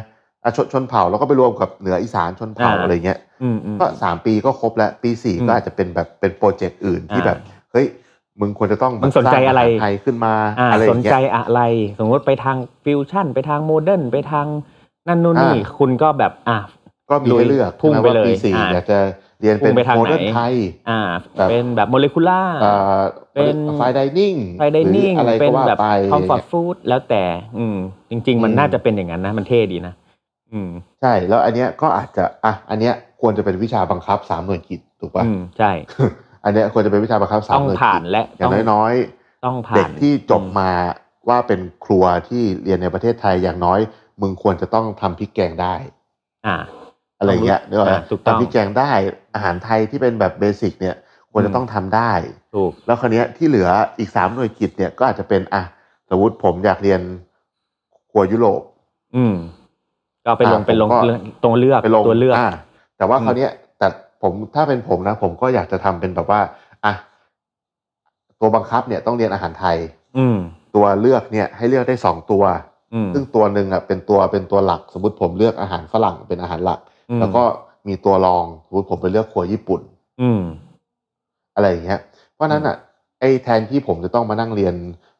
อ่ะชนชนเผ่าแล้วก็ไปรวมกับเหนืออีสานชนเผ่า
อ่า
อะไรเงี้ย
อืมอืม
ก็สามปีก็ครบแล้วปีสี่
อืม
ก็อาจจะเป็นแบบเป็นโปรเจกต์อื่นที่
อ่า
แบบเฮ้ยมึงควรจะต้องแบบ
มึงสนใจอะไร
สางาหาไทยขึ้นมา
อ่า
อะไรอ
สน
ย่างเงี้
ใจ
ย
อะไร สมมติไปทางฟิวชั่น ไปทางโมเดิร์นไปทางนั่นนู่นนี่
อ่า
คุณก็แบบอ่า
ก็มีให้เลือก
พุ่งไป
ใช่หมว่า
เลย
ปีสี่
อ่า
อยากจะเรียนเป็
พุ่ง
น
ไปทาง
โมเดิร์น
ไหน
ไทย
อ่า
แบบ
เป็นแบบโมเลกุล่า
เอ่อ
เป็น
ไฟดิเนิ่ง
ไฟไดนิ่ง
อะไร
เป็
ก็
น
ว่า
แบบ
ไป
คอมฟอร์ต
เนี่ย
ฟู้ดแล้วแต่ อืม จริง ๆ มัน
อืม
น่าจะเป็นอย่างนั้นนะ มันเท่ดีนะ อืม
ใช่แล้วอันเนี้ยก็อาจจะอ่ะอันเนี้ยควรจะเป็นวิชาบังคับสามหน่วยกิจถูกป่ะ
อืม ใช่
อันเนี้ยควรจะเป็นวิชาบังคับสาม
ต้อง
หน่วย
ผ่า
กิ
น
จ
และ
อย่าง
ต้อง
น้อย
ต้อง
ๆ
ผ่าน
เด็กที่จบมาว่าเป็นครัวที่เรียนในประเทศไทยอย่างน้อย มึงควรจะต้องทำพริกแกงได้
อ่า
อะไรเงี้ยเนกออกไหม
อ่ะถูกต้อง
ทำพริกแกงได้อาหารไทยที่เป็นแบบเบสิกเนี่ยควรจะต้องทำได้
ถูก
แล้วคราวเนี้ยที่เหลืออีกสามหน่วยกิจเนี่ยก็อาจจะเป็นอ่ะสมมติผมอยากเรียนครัวยุโรป
อืม ก็ไปลง
อ่ะ
ไปลง
ผมก็
ตรงเลือก
ไปลง
ตัวเลือก
าแต่ว่า
อืม
คราวเนี้ยแต่ผมถ้าเป็นผมนะ ผมก็อยากจะทำเป็นแบบว่าอ่ะตัวบังคับเนี่ยต้องเรียนอาหารไทย
อืม
ตัวเลือกเนี่ยให้เลือกได้สองตัว
อืม
ซึ่งตัวหนึ่งอ่ะเป็นตัวเป็นตัวหลัก สมมติผมเลือกอาหารฝรั่งเป็นอาหารหลัก
อืม
แล้วก็มีตัวรองสมมติผมไปเลือกครัวญี่ปุ่น
อืม
อะไรอย่างเงี้ย เพราะฉะนั้นอ่ะไอ้แทนที่ผมจะต้องมานั่งเรียน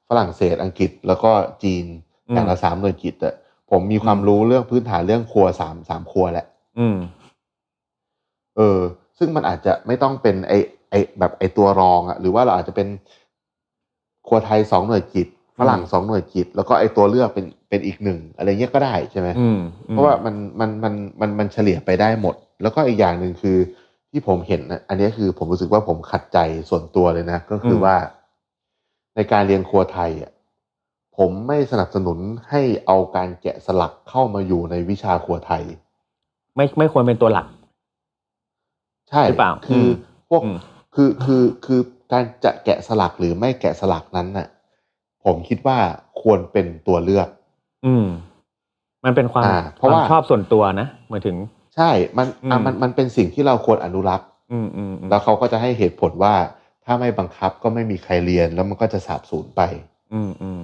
ฝรั่งเศสอังกฤษ แล้วก็จีน
อืม
อย่างละสามหน่วยกิจอ่ะผมมีความรู้เรื่องพื้นฐานเรื่องครัวสามสามครัวแหละ
อืม
เออ ซึ่งมันอาจจะไม่ต้องเป็นไอไอแบบไอตัวรองอะหรือว่าเราอาจจะเป็นครัวไทยสองหน่วยกิจฝรั่ง
อืม
สองหน่วยกิจ แล้วก็ไอตัวเลือกเป็นเป็นอีกหนึ่งอะไรเงี้ยก็ได้ใช่ไหม
อืม
เพราะว่ามันมันมันมันมันเฉลี่ยไปได้หมด แล้วก็อีกอย่างหนึ่งคือที่ผมเห็นนะอันนี้คือผมรู้สึกว่าผมขัดใจส่วนตัวเลยนะ ก็คือว่า ในการเรียนครัวไทยอะผมไม่สนับสนุนให้เอาการแกะสลักเข้ามาอยู่ในวิชาครัวไทย
ไม่ไม่ควรเป็นตัวหลัก
ใช่
หรือเปล่า
คืออ
ม
พวก
อืม
คือคือคือการจะแกะสลักหรือไม่แกะสลักนั้นน่ะ ผมคิดว่าควรเป็นตัวเลือก
อืม มันเป็นความ
อ่าเพราะ
ควม
ว่า
ชอบส่วนตัวนะหมายถึง
ใช่มันอ่ะ
อืม
มันมันเป็นสิ่งที่เราควรอนุรักษ์
อืมอืมอืม
แล้วเขาก็จะให้เหตุผลว่าถ้าไม่บังคับก็ไม่มีใครเรียนแล้วมันก็จะสาบสูญไป
อืมอืม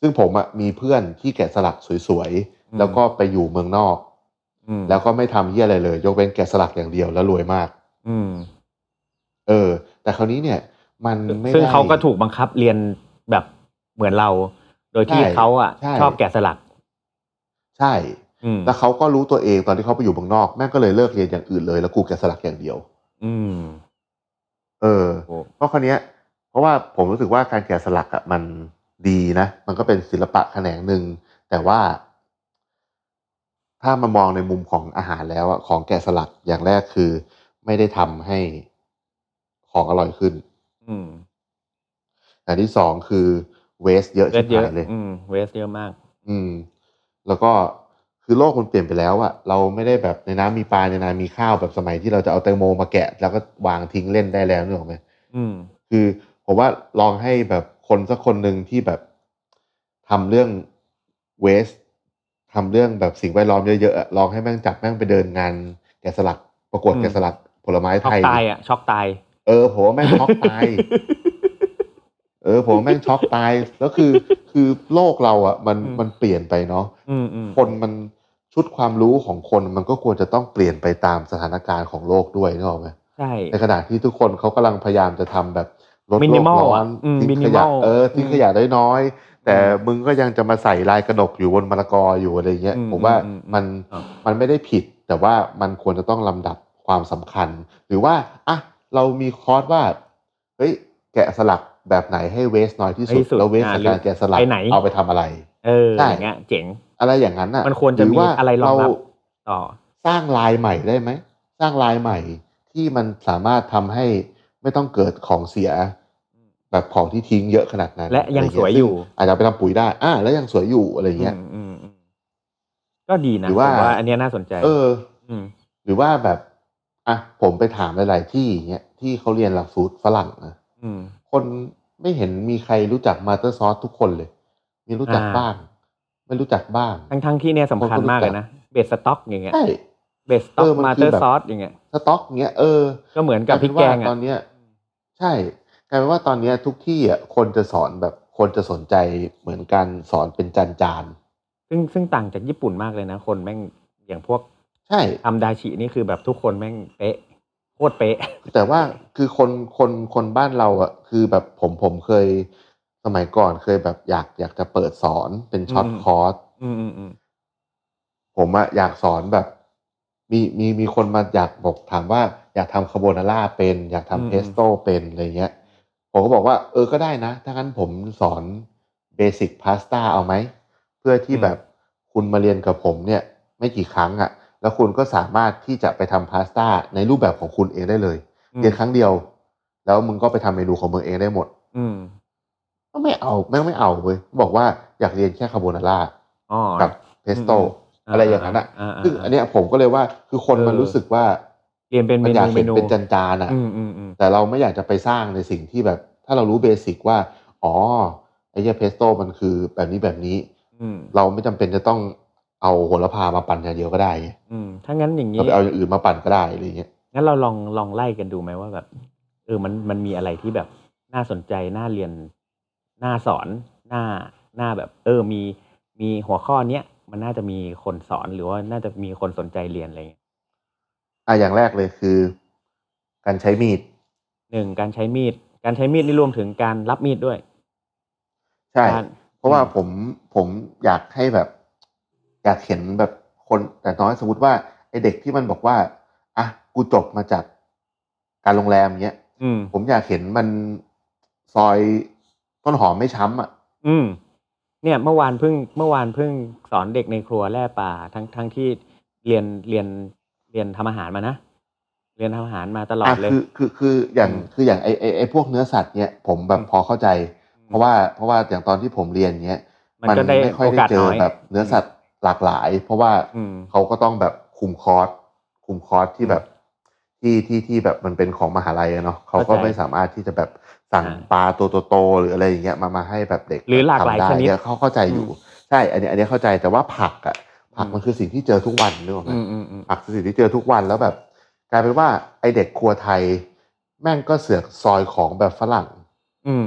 ซึ่งผมอ่ะมีเพื่อนที่แกะสลักสวย
อืม
ๆ แล้วก็ไปอยู่เมืองนอก
อืม
แล้วก็ไม่ทำเยี่ยอะไรเลย ยกเว้นแกะสลักอย่างเดียวแล้วรวยมาก
อืม
เออ แต่คราวนี้เนี่ย มันไม่
ซึ่ง
ได้
เขาก็ถูกบังคับเรียนแบบเหมือนเรา โดยที่
ใช่
เขาอ่ะ
ใช่
ชอบแกะสลัก
ใช่
อืม
แล้วเขาก็รู้ตัวเองตอนที่เขาไปอยู่เมืองนอกแม่งก็เลยเลิกเรียนอย่างอื่นเลยแล้วกูแกะสลักอย่างเดียว
อืม
เออ
โอ้
เพราะคนเนี้ย เพราะว่าผมรู้สึกว่าการแกะสลักอะมันดีนะ มันก็เป็นศิลปะแขนงหนึ่งแต่ว่า ถ้ามามองในมุมของอาหารแล้วอะของแกะสลักอย่างแรกคือ ไม่ได้ทำให้ของอร่อยขึ้น
อืม
อย่างที่สองคือเวสเยอะ
เว
ชิ
ส
บ
เยอะ
หายเลย
อืมเวสเยอะมาก
อืม แล้วก็คือโลกมันเปลี่ยนไปแล้วอะเราไม่ได้แบบในน้ำมีปลาในนามีข้าวแบบสมัยที่เราจะเอาแตงโมมาแกะ แล้วก็วางทิ้งเล่นได้แล้วนึกออกไหม
อืม
คือผมว่าลองให้แบบคนสักคนหนึ่งที่แบบทำเรื่องเวสทำเรื่องแบบสิ่งแวดล้อมเยอะๆอะลองให้แม่งจับแม่งไปเดินงาน แกะสลักประกวด
อืม
แกะสลัก ผลไม้
ช็อ
ไท
ก
ย
ตายอ่ะ ช็อกตาย
เออผมว่าแม่งช็อกตาย เออผมว่าแม่งช็อกตาย แล้วคือ คือโลกเราอ่ะ มัน
อืม
มันเปลี่ยนไปเนาะ
อืมอืม
คนมันชุดความรู้ของคนมันก็ควรจะต้องเปลี่ยนไปตามสถานการณ์ของโลกด้วยนึกออกไหม
ใช่
ในขณะที่ทุกคนเขากำลังพยายามจะทำแบบลดโลก
Minimal
ร้อ
อะ
น
อืม
ทิ้งขยะ
Minimal
เออทิ้ง
อืม
ขยะได้น้อยๆแต่
อืม
มึงก็ยังจะมาใส่ลายกระดกอยู่บนมะละกออยู่อะไรเงี้ย
อืม
ผมว่า
อืมอืม
มัน
ครับ
มันไม่ได้ผิด แต่ว่ามันควรจะต้องลำดับความสำคัญ หรือว่าอ่ะเรามีคอร์สว่า เฮ้ยแกะสลักแบบไหนให้เวสน้อยที่สุ
ให้
ด
สุด
แล้วเวส
อ่า
จาก
หรือ
การแกะสลัก
ไปไหน
เอาไปทำอะไร
เออ
ใช่
อย่างเงี้ย เจ๋ง
อะไรอย่างนั้นอ่ะ
มันควรจะ
ห
มีอะไรรองรับต่อ
สร้างลายใหม่ได้ไหมสร้างลายใหม่ที่มันสามารถทำให้ไม่ต้องเกิดของเสีย แบบของที่ทิ้งเยอะขนาดนั้น
และยัง
อไร
สวยอยู่
เซึ่งอาจจะเอาไปทำปุ๋ยได้อ่าแล้วยังสวยอยู่อะไรเงี้ย
อืมอืมอืมก็ดีนะ
หรือว่า
ผมว่าอันเนี้ยน่าสนใจ
เออ
อืม
หรือว่าแบบอ่ะผมไปถามหลาย ๆ ที่อย่างเงี้ยที่เขาเรียนหลักสูตรฝรั่งนะ
อืม
คนไม่เห็นมีใครรู้จักมาสเตอร์ซอสทุกคนเลย มีรู้จัก
อ่า
บ้าง ไม่รู้จักบ้าง
ทั้งทั้งๆที่เนี่ยสำคัญ
คนก็รู้
มากเลย
จัก
นะเบสสต็อกอย่างเงี้ย
ใช่
เบสสต็อ
เอก อมัน
มา
คื
เตอร์
อแบบ
ซอสอย่างเงี้ย
สต็อกเงี้ยเออ
ก็เหมือนกับพริกแกง
ต
อ่ะ
อนเนี้ย ใช่กลายเป็นว่าตอนเนี้ยทุกที่อ่ะคนจะสอนแบบคนจะสนใจเหมือนกันสอนเป็นจานจาน
ซึ่งซึ่งต่างจากญี่ปุ่นมากเลยนะ คนแม่งอย่างพวก
ๆใช่
ทำดาชินี่คือแบบทุกคนแม่งเป๊ะโคตรเป๊ะ
แต่ว่าคือคนคนคนบ้านเราอ่ะคือแบบผมผมเคย สมัยก่อนเคยแบบอยากอยากจะเปิดสอนเป็นช็อต
อืม
คอร์ส
อืมอืมอืม
ผมอะอยากสอนแบบ มีมีมีคนมาอยากบอกถามว่า อยากทำคาโบนาร่าเป็น อยาก
อืม
ทำเพสโต้เป็นอะไรเงี้ย ผมก็บอกว่า เออก็ได้นะ ถ้างั้นผมสอนเบสิกพาสต้าเอาไหม เพื่อที่แบบคุณมาเรียนกับผมเนี่ย ไม่กี่ครั้งอะแล้วคุณก็สามารถที่จะไปทำพาสต้าในรูปแบบของคุณเองได้เลย เรียนครั้งเดียว แล้วมึงก็ไปทำเมนูของมึงเองได้หมด
อืม
ก็ไม่เอาแม่งไม่เอาเว้ยบอกว่าอยากเรียนแค่คาโบนาร่า
อ๋อ
กับเพสโต้อะไรอย่างนั้นอะ
าา
ซึ่งอันเนี้ยผมก็เลยว่าคือคนมันรู้สึกว่า
เรียนเป็นเม
มันอ
นู
ยาก
เม
เห็น
นู
เป็นจานๆอ่ะ
อืมอืมอืม
แต่เราไม่อยากจะไปสร้างในสิ่งที่แบบ ถ้าเรารู้เบสิกว่า อ๋อไอ้เหี้ยเพสโต้มันคือแบบนี้แบบนี้
อืม
เราไม่จำเป็นจะต้องเอาโหระพามาปั่นอย่างเดียวก็ได้ไง
อืมถ้างั้นอย่างนี้
เราไปเอาอย่างอื่นมาปั่นก็ได้อะไรเงี้ย
งั้นเราลองลองไล่กันดูไหมว่าแบบ เออมันมันมีอะไรที่แบบน่าสนใจน่าเรียนน่าสอนน่าน่าแบบ เออมีมีหัวข้อเนี้ยมันน่าจะมีคนสอนหรือว่าน่าจะมีคนสนใจเรียนอะไรเงี้ย
อ่ะอย่างแรกเลยคือ การใช้มีด
หนึ่งการใช้มีด การใช้มีดนี่รวมถึงการรับมีดด้วย
ใช่
การ
เพราะว่า
อืม
ผมผมอยากให้แบบ อยากเห็นแบบคนแต่น้อยสมมติว่าไอเด็กที่มันบอกว่าอ่ะกูจบมาจากการโรงแรมเงี้ย
อืม
ผมอยากเห็นมันซอยต้นหอมไม่ช้ำอ่ะ
อืม เนี่ยเมื่อวานเพิ่งเมื่อวานเพิ่งสอนเด็กในครัวแร่ป่าทั้งทั้งที่เรียนเรียนเรียนทำอาหารมานะเรียนทำอาหารมาตลอด
อ่ะ
เลย
คือคือคืออย่าง
อืม
คืออย่างไอไอไอพวกเนื้อสัตว์เนี้ยผมแบบ
อืม
พอเข้าใจ เพราะว่าเพราะว่าอย่างตอนที่ผมเรียนเนี้ย
มันก็ได้
ไม่ค่อย
โอ
ได้
กาส
เจอ
น้อย
แบบเนื้อสัตว์หลากหลาย เพราะว่า
อืม
เขาก็ต้องแบบคุมคอร์สคุมคอร์สที่แบบที่ที่ที่แบบมันเป็นของมหาลัยอะเนาะเขาก็
เข้าใจ
ไม่สามารถที่จะแบบสั่ง
อ่า
ปลาตัวโตๆหรืออะไรอย่างเงี้ยมามาให้แบบเด็ก
หรือหลากหลาย
ทำได้
ชนิด
เนี่ยเขาเข้าใจอยู่ใช่อันนี้อันนี้เข้าใจแต่ว่าผักอ่ะผัก
อืม
มันคือสิ่งที่เจอทุกวันนึกออกไหม
อืมอืมอืม
อักคือสิ่งที่เจอทุกวันแล้วแบบ กลายเป็นว่าไอเด็กครัวไทย แม่งก็เสือกซอยของแบบฝรั่ง
อืม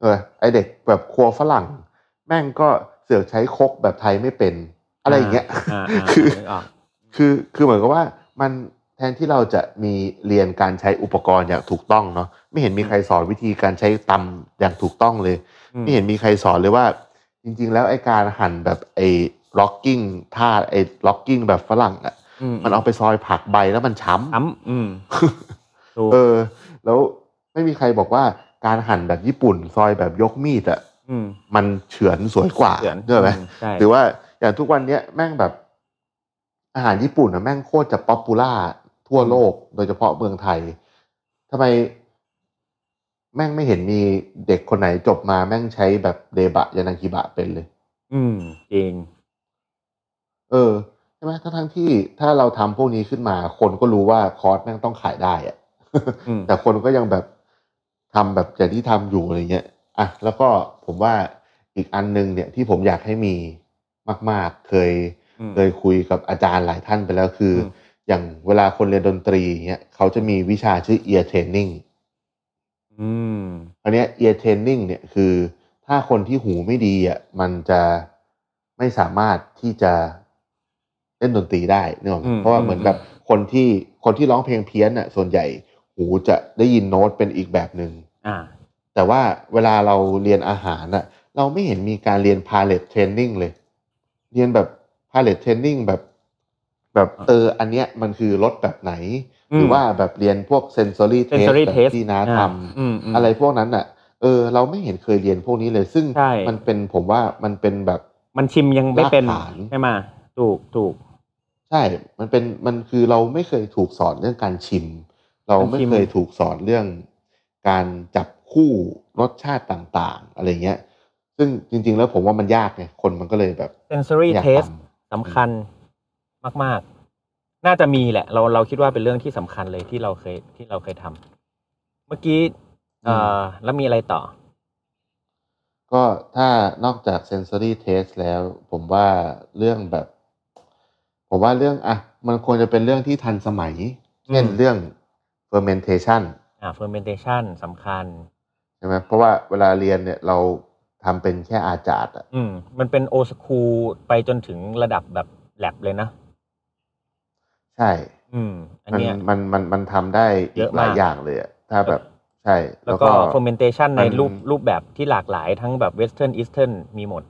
เออไอเด็กแบบครัวฝรั่ง แม่งก็เสือกใช้ครกแบบไทยไม่เป็น อะไรอย่างเงี้ย
อ่า
คือ คือคือเหมือนกับว่ามันแทนที่เราจะมีเรียนการใช้อุปกรณ์อย่างถูกต้องเนาะไม่เห็นมีใครสอนวิธีการใช้ตำอย่างถูกต้องเลย ไม่เห็นมีใครสอนเลยว่า จริง ๆ แล้วไอการหั่นแบบไอล็อกกิ้งท่าไอล็อกกิ้งแบบฝรั่งอ่ะมันเอาไปซอยผักใบแล้วมันช้ำ
อ้ำอืมถูก
เออ แล้วไม่มีใครบอกว่าการหั่นแบบญี่ปุ่นซอยแบบยกมีดอะ
อืม
มันเฉือนสวยกว่า
เดือน
ใช่ไหม
มใช่
หรือว่าอย่างทุกวันเนี้ยแม่งแบบ อาหารญี่ปุ่นอะแม่งโคตรจะป๊อปปูล่าทั่วโลก โดยเฉพาะเมืองไทยทำไม แม่งไม่เห็นมีเด็กคนไหนจบมาแม่งใช้แบบเดบะยานากิบะเป็นเลย
อืมจริง
เออใช่ไหมทั้งทั้งๆที่ถ้าเราทำพวกนี้ขึ้นมา คนก็รู้ว่าคอร์สแม่งต้องขายได้อะ
อืม
แต่คนก็ยังแบบทำแบบอย่างที่ทำอยู่อะไรเงี้ยอ่ะแล้วก็ผมว่าอีกอันหนึงเนี่ยที่ผมอยากให้มีมาก ๆ เคย
อืม
เคยคุยกับอาจารย์หลายท่านไปแล้วคืออ
ม
อย่างเวลาคนเรียนดนตรีอย่างเงี้ยเขาจะมีวิชาชื่อ ear training
อืม
อันเนี้ย ear training เนี่ยคือถ้าคนที่หูไม่ดีอ่ะมันจะไม่สามารถที่จะเล่นดนตรีได้เนกออกไหม
อืม
เพราะว่า
อืม
เหมือนแบบคนที่คนที่ร้องเพลงเพี้ยนอ่ะส่วนใหญ่หูจะได้ยินโน้ตเป็นอีกแบบหนึ่ง
อ่า
แต่ว่าเวลาเราเรียนอาหารน่ะ เราไม่เห็นมีการเรียนพาเล t เทรนนิ่งเลย เรียนแบบพาเล t เทรนนิ่งแบบ แบบ
อ่ะ
เอออันเนี้ยมันคือรสแบบไหน
อืม
หรือว่าแบบเรียนพวกเซน s อรี่เทส
sensory
แบบ
test
ที่น้าท
อ่าอืมม
ำอะไรพวกนั้นน่ะ เออ เราไม่เห็นเคยเรียนพวกนี้เลย ซึ่ง
ใช่
มันเป็นผมว่ามันเป็นแบบ
มันชิมยังไม่เป็น
รากฐาน
ใช่ไหมะถูกถูก
ใช่ มันเป็น มันคือเราไม่เคยถูกสอนเรื่องการชิม เรา
การ
ไม่
ชิม
เคยถูกสอนเรื่องการจับคู่รสชาติต่างๆ อะไรเงี้ย ซึ่งจริง ๆ แล้วผมว่ามันยากไง คนมันก็เลยแบบ
sensory
อยาก
test
ทำ
สำคัญมาก ๆ น่าจะมีแหละ เราเราคิดว่าเป็นเรื่องที่สำคัญเลยที่เราเคยที่เราเคยทำเมื่อกี้เอ่อแล้วมีอะไรต่อ
ก็ถ้านอกจาก sensory test แล้ว ผมว่าเรื่องแบบ ผมว่าเรื่องอ่ะ มันควรจะเป็นเรื่องที่ทันสมัย เช่น
อืม
เรื่อง fermentation
อ่า fermentation สำคัญ
ใช่ไหมเพราะว่าเวลาเรียนเนี่ยเราทำเป็นแค่อาจารย์อะ
อืม มันเป็นโอ o คูไปจนถึงระดับแบบแลบเลยนะ
ใช่
อืม อัน
มัน
เนี้ย
มันมันมันทำได้อี
เย
ก
อะมาก
หลายอย่างเลยอะถ้าแบบใช่
แล้วก็ fermentation
มั
ใน
น
รูปรูปแบบที่หลากหลายทั้งแบบ western eastern มีหมด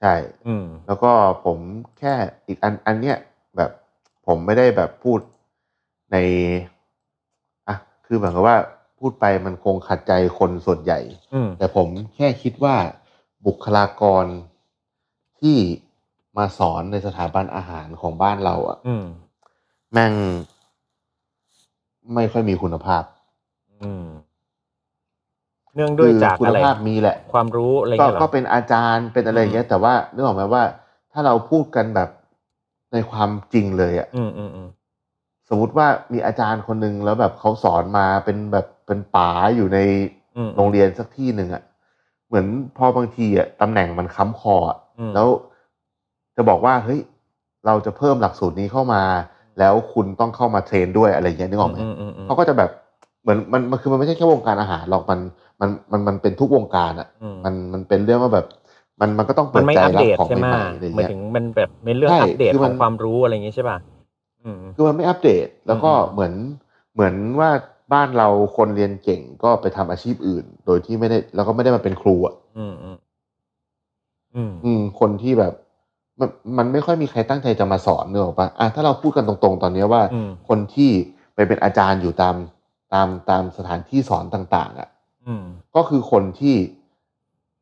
ใช่
อืม
แล้วก็ผมแค่อีกอันอันเนี้ยแบบผมไม่ได้แบบพูดในอ่ะคือเหมือนกับว่าพูดไปมันคงขัดใจคนส่วนใหญ่
อืม
แต่ผมแค่คิดว่าบุคลากรที่มาสอนในสถาบันอาหารของบ้านเราอะ
อืม
แม่งไม่ค่อยมีคุณภาพ
อืม เนื่องด้วยจาก
คุ
อะ
ณ
ไร
ภาพมีแหละ
ความรู้อะไร
ก็
เงี้ยเหรอ
ก็เป็นอาจารย์เป็นอะไรอย่างเงี้ยแต่ว่านึกออกไหมว่าถ้าเราพูดกันแบบในความจริงเลยอะ
อืมอืมอืม
สมมติว่ามีอาจารย์คนหนึ่งแล้วแบบเขาสอนมาเป็นแบบเป็นป๋าอยู่ใน
อืม
โรงเรียนสักที่หนึ่งอะเหมือนพอบางทีอะตำแหน่งมันค้ำคออะ
อืม
แล้วจะบอกว่าเฮ้ยเราจะเพิ่มหลักสูตรนี้เข้ามา แล้วคุณต้องเข้ามาเทรนด้วยอะไรอย่างเงี้ยนึกออกไหม
มอืม
เขาก็จะแบบเหมือนมันมันคือมันไม่ใช่แค่วงการอาหารหรอกมันมันมันมันเป็นทุกวงการอ่ะ
อืม
มันมันเป็นเรื่องว่าแบบมันมันก็ต้องเปิ
มัน
ด
ไม่
ใจ
อัป
รั
เด
บ
ต
ของ
ใช่ไหม
ใหม่ๆอะไร
หมาย
เงี้ย
ถึงมันแบบเป็นเรื่อง
ใช่
อัปเดต
คือ
ข
มั
อน งความรู้อะไรอย่างงี้ใช่ป่ะอืม
คือมันไม่อัปเดตแล้วก็
อืม
เหมือนเหมือนว่าบ้านเราคนเรียนเก่งก็ไปทำอาชีพอื่น โดยที่ไม่ได้แล้วก็ไม่ได้มาเป็นครูอ่ะ
อืมอืมอืม
อืมคนที่แบบ มันมันไม่ค่อยมีใครตั้งใจจะมาสอนเนกอะปะอ่ะถ้าเราพูดกันตรงๆ ตอนเนี้ยว่า
อืม
คนที่ไปเป็นอาจารย์อยู่ตามตามตามสถานที่สอนต่าง ๆ อ่ะ
อืม
ก็คือคนที่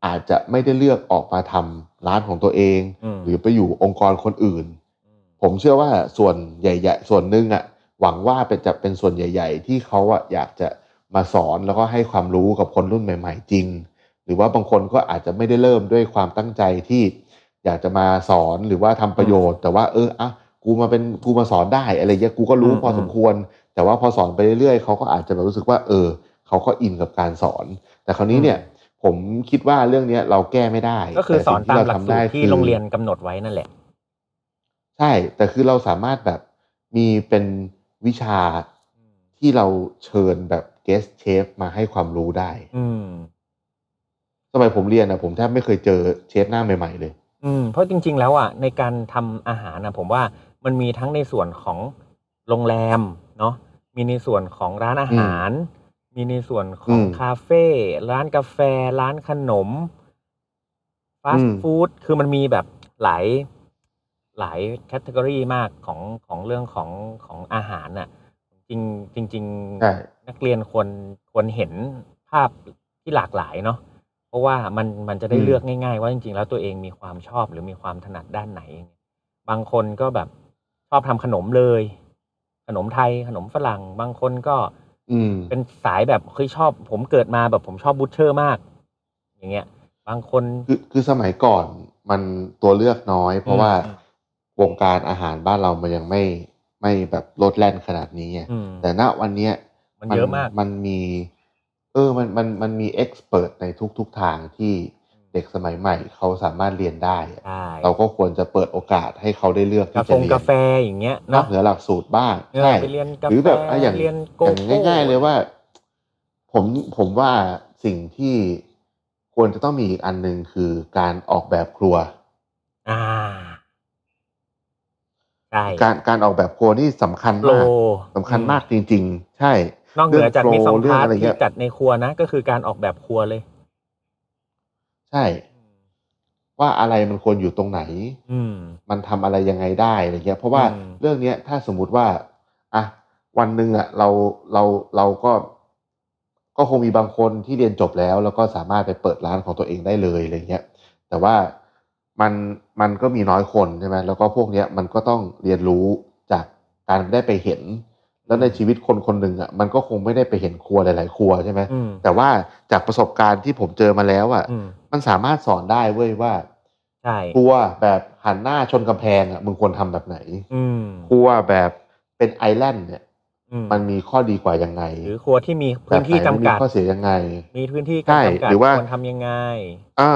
อาจจะไม่ได้เลือกออกมาทำร้านของตัวเอง
อืม
หรือไปอยู่องค์กรคนอื่น ผมเชื่อว่าส่วนใหญ่ ๆ ส่วนหนึ่งอะหวังว่าเป็นจะเป็นส่วนใหญ่ ๆ ที่เขาอะอยากจะมาสอนแล้วก็ให้ความรู้กับคนรุ่นใหม่ ๆ จริง หรือว่าบางคนก็อาจจะไม่ได้เริ่มด้วยความตั้งใจที่อยากจะมาสอนหรือว่าทำประโยชน์ แต่ว่าเอออ่ะกูมาเป็นกูมาสอนได้อะไรเงี้ยกูก็รู้พอสมควร แต่ว่าพอสอนไปเรื่อยๆเขาก็อาจจะแบบรู้สึกว่า เออ เขาก็อินกับการสอน แต่คราวนี้เนี่ย ผมคิดว่าเรื่องเนี้ยเราแก้ไม่ได้
ก็คือ
แ
สอนตามหลัก
สิ่
สูตร
งเรทำได้
ที่
คือ
โรงเรียนกำหนดไว้นั่นแหละ
ใช่ แต่คือเราสามารถแบบมีเป็นวิชาที่เราเชิญแบบ guest chef มาให้ความรู้ได้
อืม
สมัยผมเรียนนะผมแทบไม่เคยเจอเชฟหน้าใหม่ ๆ เลย
อืมเพราะจริง ๆ แล้วอ่ะในการทำอาหารนะผมว่ามันมีทั้งในส่วนของโรงแรมเนาะมีในส่วนของร้านอาหาร มีในส่วนของ
อืม
คาเฟ่ร้านกาแฟ ร้านขนมฟาส
อื
ต์
ม
ฟู้ดคือมันมีแบบหลายหลายแคตตากรีมากของของเรื่องของของอาหารน่ะจริงจริง ๆ
ใช่
นักเรียนควรควรเห็นภาพที่หลากหลายเนาะเพราะว่ามันมันจะได้เลือกง่าย ๆ ว่าจริงๆ แล้วตัวเองมีความชอบหรือมีความถนัดด้านไหน บางคนก็แบบชอบทำขนมเลย ขนมไทยขนมฝรั่ง บางคนก็
อืม
เป็นสายแบบเคยชอบ ผมเกิดมาแบบผมชอบบูชเชอร์มาก อย่างเงี้ย บางคน
คือคือสมัยก่อนมันตัวเลือกน้อย เพราะ
อืม
ว่าวงการอาหารบ้านเรามันยังไม่ไม่แบบโลดแล่นขนาดนี้ไง
อืม
แต่ณวันเนี้ย
มันเยอะมาก
มันมี เออ มัน มัน มันมีเอ็กซ์เพรสในทุกทุกๆทางที่ เด็กสมัยใหม่เขาสามารถเรียนได้อะ
ใช่
เราก็ควรจะเปิดโอกาสให้เขาได้เลือก
กา
ที่
แฟ
จะเรียน
กาแฟอย่างเงี้ย
นอ
เนาะ
กเหนือหลักสูตรบ้าง
เออ
ใช่
ไปเรียนกาแฟ
หรือแบบอะอย่าง
เรียนโก
อย่าง
โก้
ง่าย ๆ เลยว่า ผมผมว่าสิ่งที่ควรจะต้องมีอีกอันหนึ่งคือการออกแบบครัว
อ่าใช่
การการออกแบบครัวนี่สำคัญ
โล
มากสำคัญมากจริง ๆ ใช่
นอกเหนือจาก
เรื่
มี
อง
สอง
โปรเรื่อง
พาร์ท
อะไรเงี้
ที่
ย
จัดในครัวนะ ก็คือการออกแบบครัวเลย
ใช่ ว่าอะไรมันควรอยู่ตรงไหน
อืม
มันทำอะไรยังไงได้อะไรเงี้ย เพราะว่า
อืม
เรื่องเนี้ยถ้าสมมุติว่าอ่ะวันหนึ่งอ่ะเราเราเราก็ ก็คงมีบางคนที่เรียนจบแล้ว แล้วก็สามารถไปเปิดร้านของตัวเองได้เลยอะไรเงี้ย แต่ว่ามันมันก็มีน้อยคนใช่ไหมแล้วก็พวกเนี้ยมันก็ต้องเรียนรู้จากการได้ไปเห็น แล้วในชีวิตคนคนหนึ่งอ่ะมันก็คงไม่ได้ไปเห็นครัวหลาย ๆ ครัวใช่ไหม
อืม
แต่ว่าจากประสบการณ์ที่ผมเจอมาแล้วอ่ะ
อืม
มันสามารถสอนได้เว้ยว่า
ใช่
ครัวแบบหันหน้าชนกำแพงอ่ะมึงควรทำแบบไหน
อืม
ครัวแบบเป็นไอแลนด์เนี่ย
อืม
มันมีข้อดีกว่ายังไง
หรือครัวที่มีพื้นที่
แบบไห
จำ
มัมี
กัด
ข้อเสียยังไง
มีพื้นที่
ใช่
จำกัด
หรือว่า
ควรทำยังไง
อ่า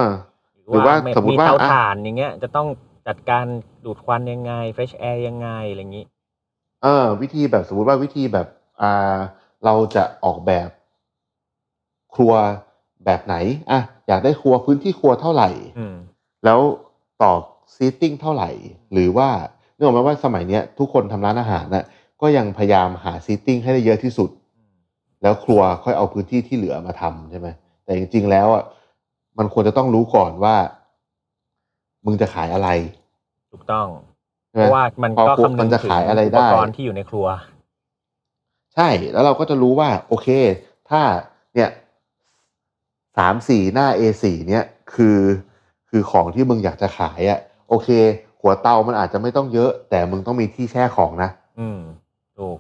หรือว่าสมมุติว่า
เตา
อ่ะ
ถ่านอย่างเงี้ยจะต้องจัดการดูดควันยังไง เฟรชแอร์ยังไงอะไรอย่างงี้
เออ วิธีแบบสมมติว่าวิธีแบบอ่าเราจะออกแบบ ครัวแบบไหนอ่ะอยากได้ครัวพื้นที่ครัวเท่าไหร่
อืม
แล้วต่อซีติ้งเท่าไหร่ หรือว่าเนื่องจากว่าสมัยเนี้ยทุกคนทำร้านอาหารน่ะก็ยังพยายามหาซีติ้งให้ได้เยอะที่สุด แล้วครัวค่อยเอาพื้นที่ที่เหลือมาทำใช่ไหมแต่จริงๆแล้วอ่ะมันควรจะต้องรู้ก่อนว่า มึงจะขายอะไร
ถูกต้อง
ใช่
เพ
ไหม
ราะว่ามันก็
พอ
คำนึ
มั
ง
นจะขายอะไร
ถึง
ได้
อุปกรณ์ที่อยู่ในครัว
ใช่ แล้วเราก็จะรู้ว่า โอเค ถ้าเนี่ยสามสี่หน้า A4 เนี่ยคือ คือของที่มึงอยากจะขายอะ่ะ โอเค หัวเตามันอาจจะไม่ต้องเยอะ แต่มึงต้องมีที่แช่ของนะ
อืมถูก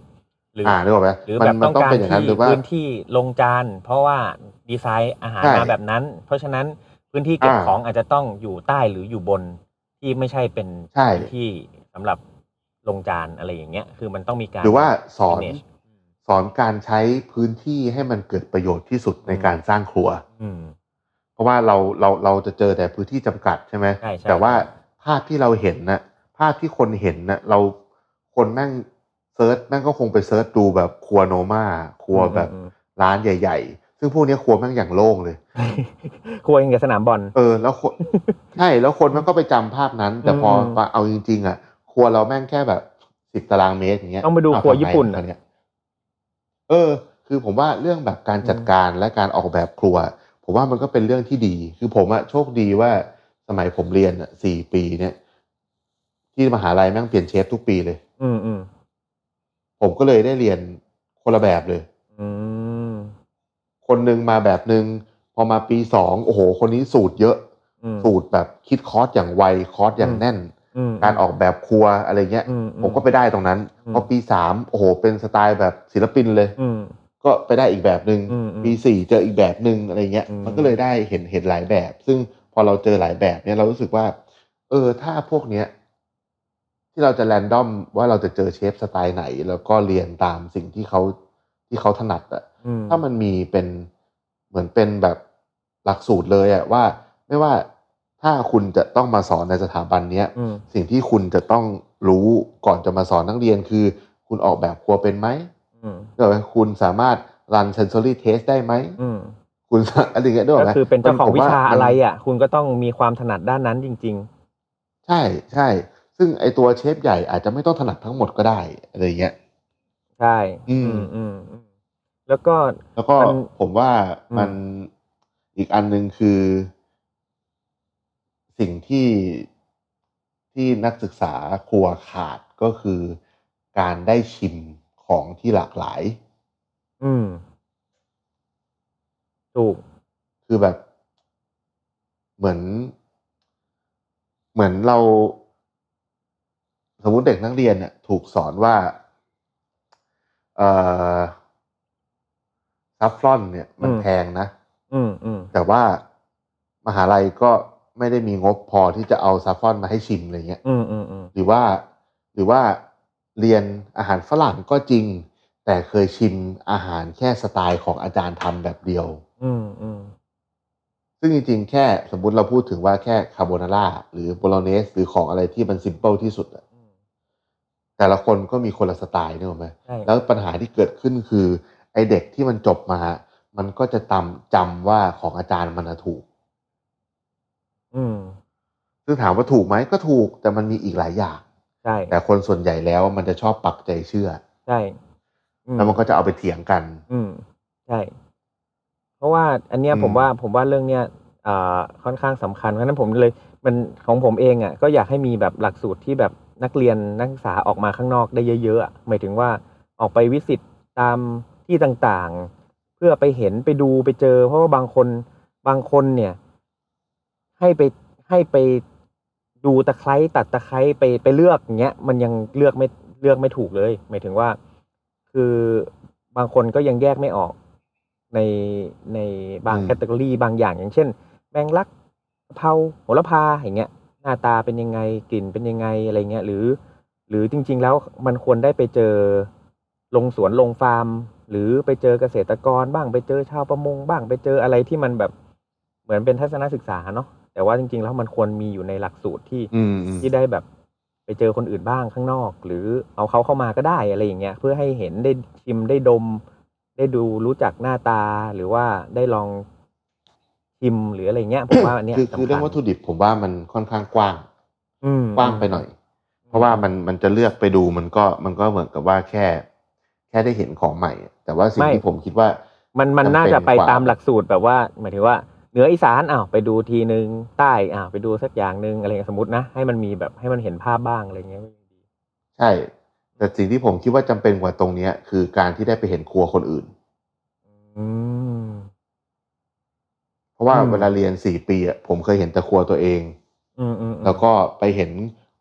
หรืออ
อ่านึกออกไหม
หรือ
มั
แบบ
มั
ต้อง
ต้อง
การ
เป็นอย่างนั้นห
ที่
รือว่า
พื้นที่ลงจาน เพราะว่าดีไซน์อาหาร
ใช่
มาแบบนั้น เพราะฉะนั้นพื้นที่เก็บ
อ่า
ของอาจจะต้องอยู่ใต้หรืออยู่บนที่ไม่ใช่เป็น
ใช่
พื้นที่สำหรับลงจานอะไรอย่างเงี้ย คือมันต้องมีการ
หรือว่าสอน
manage
สอนการใช้พื้นที่ให้มันเกิดประโยชน์ที่สุดใน
อืม
การสร้างครัว
อืม
เพราะว่าเราเราเราจะเจอแต่พื้นที่จำกัดใช่ไหม
ใช่ใช่
แต่ว่าภาพที่เราเห็นนะภาพที่คนเห็นนะเราคนแม่งเซิร์ชแม่งก็คงไปเซิร์ชดูแบบครัวโนมาครัวแบบ
อืม
ร้านใหญ่ ๆ ซึ่งพวกเนี้ยครัวแม่งอย่างโล่งเลย
อืมครัวยังกับสนามบอล
เออ แล้ว คน ใช่แล้วคนมันก็ไปจำภาพนั้น แต่พอ
อืม
มาเอาจริงๆอ่ะครัวเราแม่งแค่แบบสิบตารางเมตรอย่างเงี้ย
ต้องไปดู
เา
ครัว
ทำไม
ญี่ปุ่น
ต
อะ
อนเนี้ยเออ คือผมว่าเรื่องแบบการจัดการและการออกแบบครัว ผมว่ามันก็เป็นเรื่องที่ดี คือผมอะโชคดีว่าสมัยผมเรียนอะสี่ปีเนี่ย ที่มหาลัยแม่งเปลี่ยนเชฟทุกปีเลย
อืมอืม
ผมก็เลยได้เรียนคนละแบบเลย
อืม
คนหนึ่งมาแบบหนึ่งพอมาปีสองโอ้โห คนนี้สูตรเยอะ
อืม
สูตรแบบคิดคอร์สอย่างไวคอร์สอย่าง
อืม
แน่น
อืม
การออกแบบครัวอะไรเงี้ย
อืม
ผมก็ไปได้ตรงนั้น
อืม
พอปีสามโอ้โห เป็นสไตล์แบบศิลปินเลย
อืม
ก็ไปได้อีกแบบหนึ
อืม่
ง
อืม
ปีสี่เจออีกแบบหนึ่งอะไรเงี้ย
อืม
มันก็เลยได้เห็นเห็นหลายแบบ ซึ่งพอเราเจอหลายแบบเนี่ยเรารู้สึกว่า เออถ้าพวกเนี้ย ที่เราจะแรนดอมว่าเราจะเจอเชฟสไตล์ไหน แล้วก็เรียนตามสิ่งที่เขาที่เขาถนัดอะ
อืม
ถ้ามันมีเป็นเหมือนเป็นแบบหลักสูตรเลยอะว่า ไม่ว่าถ้าคุณจะต้องมาสอนในสถาบันเนี้ย
อืม
สิ่งที่คุณจะต้องรู้ก่อนจะมาสอนนักเรียนคือ คุณออกแบบครัวเป็นไหม
อืม
เออคุณสามารถรัน sensory test ได้ไหม
อืม
คุณสาอะไรอย่างเงี้ยด้วย
ก็
ไหม
คือเป็นเจ้าของ
ผม
วิชา
มัน
อะไรอ่ะ คุณก็ต้องมีความถนัดด้านนั้นจริง
ใช่ใช่ ซึ่งไอตัวเชฟใหญ่อาจจะไม่ต้องถนัดทั้งหมดก็ได้อะไรอย่างเงี้ย
ๆ ใช่
อืม
อืมอืมแล้วก็
แล้วก็
มัน
ผมว่ามัน
อื
อีกอันหนึ่งคือ สิ่งที่ที่นักศึกษาครัวขาดก็คือการได้ชิมของที่หลากหลาย
อืม ถูก
คือแบบเหมือน เหมือนเรา สมมติเด็กนักเรียนน่ะถูกสอนว่าเอ่อซัฟฟรอน เนี่ย มัน
อืม
แพงนะ
อืมอืม
แต่ว่ามหาลัยก็ไม่ได้มีงบพอที่จะเอาซาฟรอนมาให้ชิมอะไรเงี้ย
อืมอืมอืม
หรือว่าหรือว่าเรียนอาหารฝรั่งก็จริง แต่เคยชิมอาหารแค่สไตล์ของอาจารย์ทำแบบเดียว
อืมอืม
ซึ่งจริงๆ แค่สมมุติเราพูดถึงว่าแค่คาโบนาร่าหรือโบโลเนสหรือของอะไรที่มันซิมเปิลที่สุดอะแต่ละคนก็มีคนละสไตล์นึกออกไหม
ใช่
แล้วปัญหาที่เกิดขึ้นคือ ไอเด็กที่มันจบมา มันก็จะจำจำว่าของอาจารย์มันน่ะถูก
อืม
ซึ่งถามว่าถูกไหมก็ถูก แต่มันมีอีกหลายอย่าง
ใช่
แต่คนส่วนใหญ่แล้วมันจะชอบปักใจเชื่อ
ใช่อื
แล้วมันก็จะเอาไปเถียงกัน
อืมใช่ เพราะว่าอันเนี้ย
อืม
ผมว่าผมว่าเรื่องเนี้ยเอ่อค่อนข้างสำคัญเพราะฉะนั้นผมเลยมันของผมเองอ่ะก็อยากให้มีแบบหลักสูตรที่แบบนักเรียนนักศึกษาออกมาข้างนอกได้เยอะๆอะหมายถึงว่าออกไปวิสิตตามที่ต่างๆ เพื่อไปเห็นไปดูไปเจอ เพราะว่าบางคนบางคนเนี่ย ให้ไปให้ไปดูตะไคร้ตัดตะไคร้ไปไปเลือกอย่างเงี้ยมันยังเลือกไม่เลือกไม่ถูกเลย หมายถึงว่า คือบางคนก็ยังแยกไม่ออกในในบาง
อืม
แคตตาล็อบางอย่าง อย่างเช่น แมงลักกะเพราโหระพาอย่างเงี้ย หน้าตาเป็นยังไงกลิ่นเป็นยังไงอะไรเงี้ยหรือ หรือจริง ๆ แล้วมันควรได้ไปเจอลงสวนลงฟาร์ม หรือไปเจอเกษตรกรบ้างไปเจอชาวประมงบ้างไปเจออะไรที่มันแบบเหมือนเป็นทัศนศึกษาเนาะแต่ว่าจริง ๆ แล้วมันควรมีอยู่ในหลักสูตรที่
อืมอืม
ที่ได้แบบไปเจอคนอื่นบ้างข้างนอก หรือเอาเขาเข้ามาก็ได้อะไรอย่างเงี้ยเพื่อให้เห็นได้ชิมได้ดม ได้ดูรู้จักหน้าตาหรือว่าได้ลองชิมหรืออะไรเงี้ยผมว่าอันเนี้ย
คือคือ
สำคั
เรื่อ
ญ
งวัตถุดิบผมว่ามันค่อนข้างกว้าง
อืม
กว้างไปหน่อย เพราะว่ามันมันจะเลือกไปดูมันก็มันก็เหมือนกับว่าแค่ แค่ได้เห็นของใหม่ แต่ว่าสิ่งที่ผมคิดว่า
มันมัน
จำเป็น
น่าจะไป
กว่า
ตามหลักสูตรแบบว่าหมายถึงว่าเหนืออีสานอ้าวไปดูทีนึงใต้อ้าวไปดูสักอย่างนึงอะไรเงี้ยสมมตินะให้มันมีแบบให้มันเห็นภาพบ้างอะไรเงี้ยก็ยังดี
ใช่ แต่สิ่งที่ผมคิดว่าจำเป็นกว่าตรงเนี้ย คือการที่ได้ไปเห็นครัวคนอื่น
อืม
เพราะว่า
อืม
เวลาเรียนสี่ปีอะผมเคยเห็นแต่ครัวตัวเอง
อืมอืมอืม
แล้วก็ไปเห็น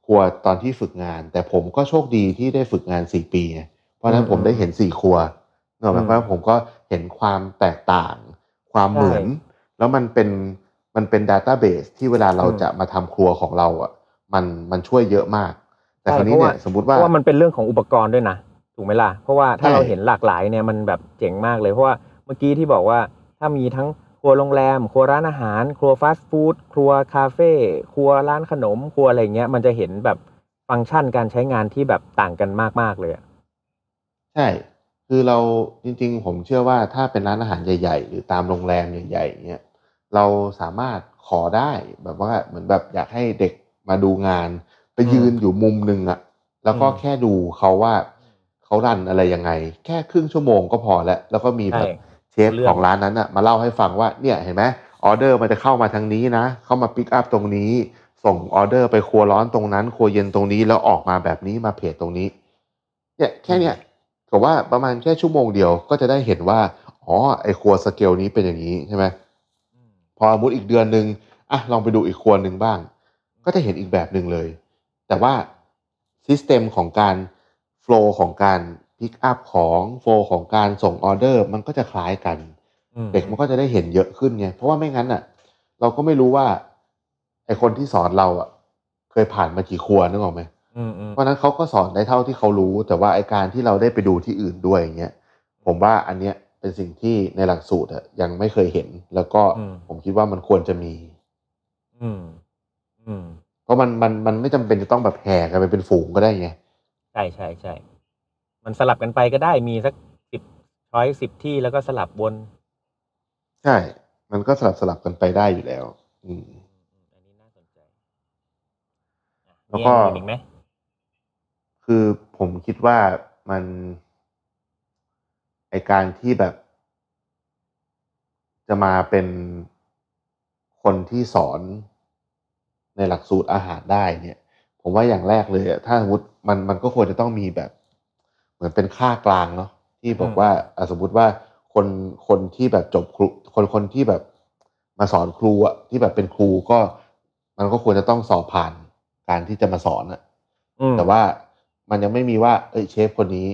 ครัวตอนที่ฝึกงาน แต่ผมก็โชคดีที่ได้ฝึกงานสี่ปีไงเพราะฉะนั้นผมได้เห็นสี่ครัวเนกอะไหมเพราะฉะนั้นผมก็เห็นความแตกต่าง ความเหมือน แล้วมันเป็นมันเป็นดัตต้าเบสที่เวลาเราจะมาทำครัวของเราอ่ะ มันมันช่วยเยอะมาก แต่คราวนี้เนี่ยสมมติ
เพ
ว่า
ราะว่ามันเป็นเรื่องของอุปกรณ์ด้วยนะถูกไหมล่ะเพราะว่าถ้า
ใช่
เราเห็นหลากหลายเนี่ยมันแบบเจ๋งมากเลยเพราะว่าเมื่อกี้ที่บอกว่าถ้ามีทั้งครัวโรงแรม ครัวร้านอาหาร ครัวฟาสต์ฟู้ดครัวคาเฟ่ครัวร้านขนม ครัวอะไรเงี้ยมันจะเห็นแบบฟังก์ชันการใช้งานที่แบบต่างกันมากๆเลยอะ
ใช่ คือเราจริงๆ ผมเชื่อว่าถ้าเป็นร้านอาหารใหญ่ๆ หรือตามโรงแรมใหญ่ๆเนี่ยเราสามารถขอได้แบบว่าเหมือนแบบอยากให้เด็กมาดูงาน ไปยืนอยู่มุมหนึ่งอะแล้วก็แค่ดูเขาว่าเขารันอะไรยังไง แค่ครึ่งชั่วโมงก็พอแล้ว แล้วก็มีแบ
ใช่
บเชฟของร้านนั้นอะมาเล่าให้ฟังว่าเนี่ยเห็นไหมออเดอร์มันจะเข้ามาทางนี้นะ เข้ามาปิกอัพตรงนี้ ส่งออเดอร์ไปครัวร้อนตรงนั้น ครัวเย็นตรงนี้แล้วออกมาแบบนี้มาเพจตรงนี้ เนี่ยแค่เนี้ย ผมว่าประมาณแค่ชั่วโมงเดียวก็จะได้เห็นว่า อ๋อ ไอครัวสเกลนี้เป็นอย่างนี้ใช่ไหมพอมุดอีกเดือนหนึ่งอ่ะลองไปดูอีกครัวหนึ่งบ้าง ก็จะเห็นอีกแบบหนึ่งเลย แต่ว่าซิสเต็มของการโฟลของการพิกอัพของโฟลของการส่งออเดอร์ มันก็จะคล้ายกัน
อืม
เด็กมันก็จะได้เห็นเยอะขึ้นไง เพราะว่าไม่งั้นอ่ะ เราก็ไม่รู้ว่า ไอคนที่สอนเราอ่ะ เคยผ่านมากี่ครัวนึกออกไหม
อืมอืม
เพราะฉะนั้นเขาก็สอนได้เท่าที่เขารู้ แต่ว่าไอการที่เราได้ไปดูที่อื่นด้วยอย่างเงี้ยผมว่าอันเนี้ยเป็นสิ่งที่ในหลักสูตรอะยังไม่เคยเห็น แล้วก็ผมคิดว่ามันควรจะมี
อืมอืม
เพราะมันมันมันไม่จำเป็นจะต้องแบบแห่กันไปเป็นฝูงก็ได้ไง
ใช่ใช่ใช่มันสลับกันไปก็ได้มีสักสิบช้อยสิบที่แล้วก็สลับวน
ใช่ มันก็สลับสลับกันไปได้อยู่แล้ว อืม
อันนี้น่าสนใจ
แล้วก็
มีอันอื่นอีกไหม
คือผมคิดว่ามันไอการที่แบบ จะมาเป็นคนที่สอนในหลักสูตรอาหารได้เนี่ย ผมว่าอย่างแรกเลยอะถ้าสมมติมันมันก็ควรจะต้องมีแบบ เหมือนเป็นค่ากลางเนาะที่บอกว่าอ่ะสมมติว่าคนคนที่แบบจบครูคนคนที่แบบมาสอนครูอะที่แบบเป็นครูก็มันก็ควรจะต้องสอบผ่านการที่จะมาสอนอะ
อืม
แต่ว่ามันยังไม่มีว่า เอ้ยเชฟคนนี้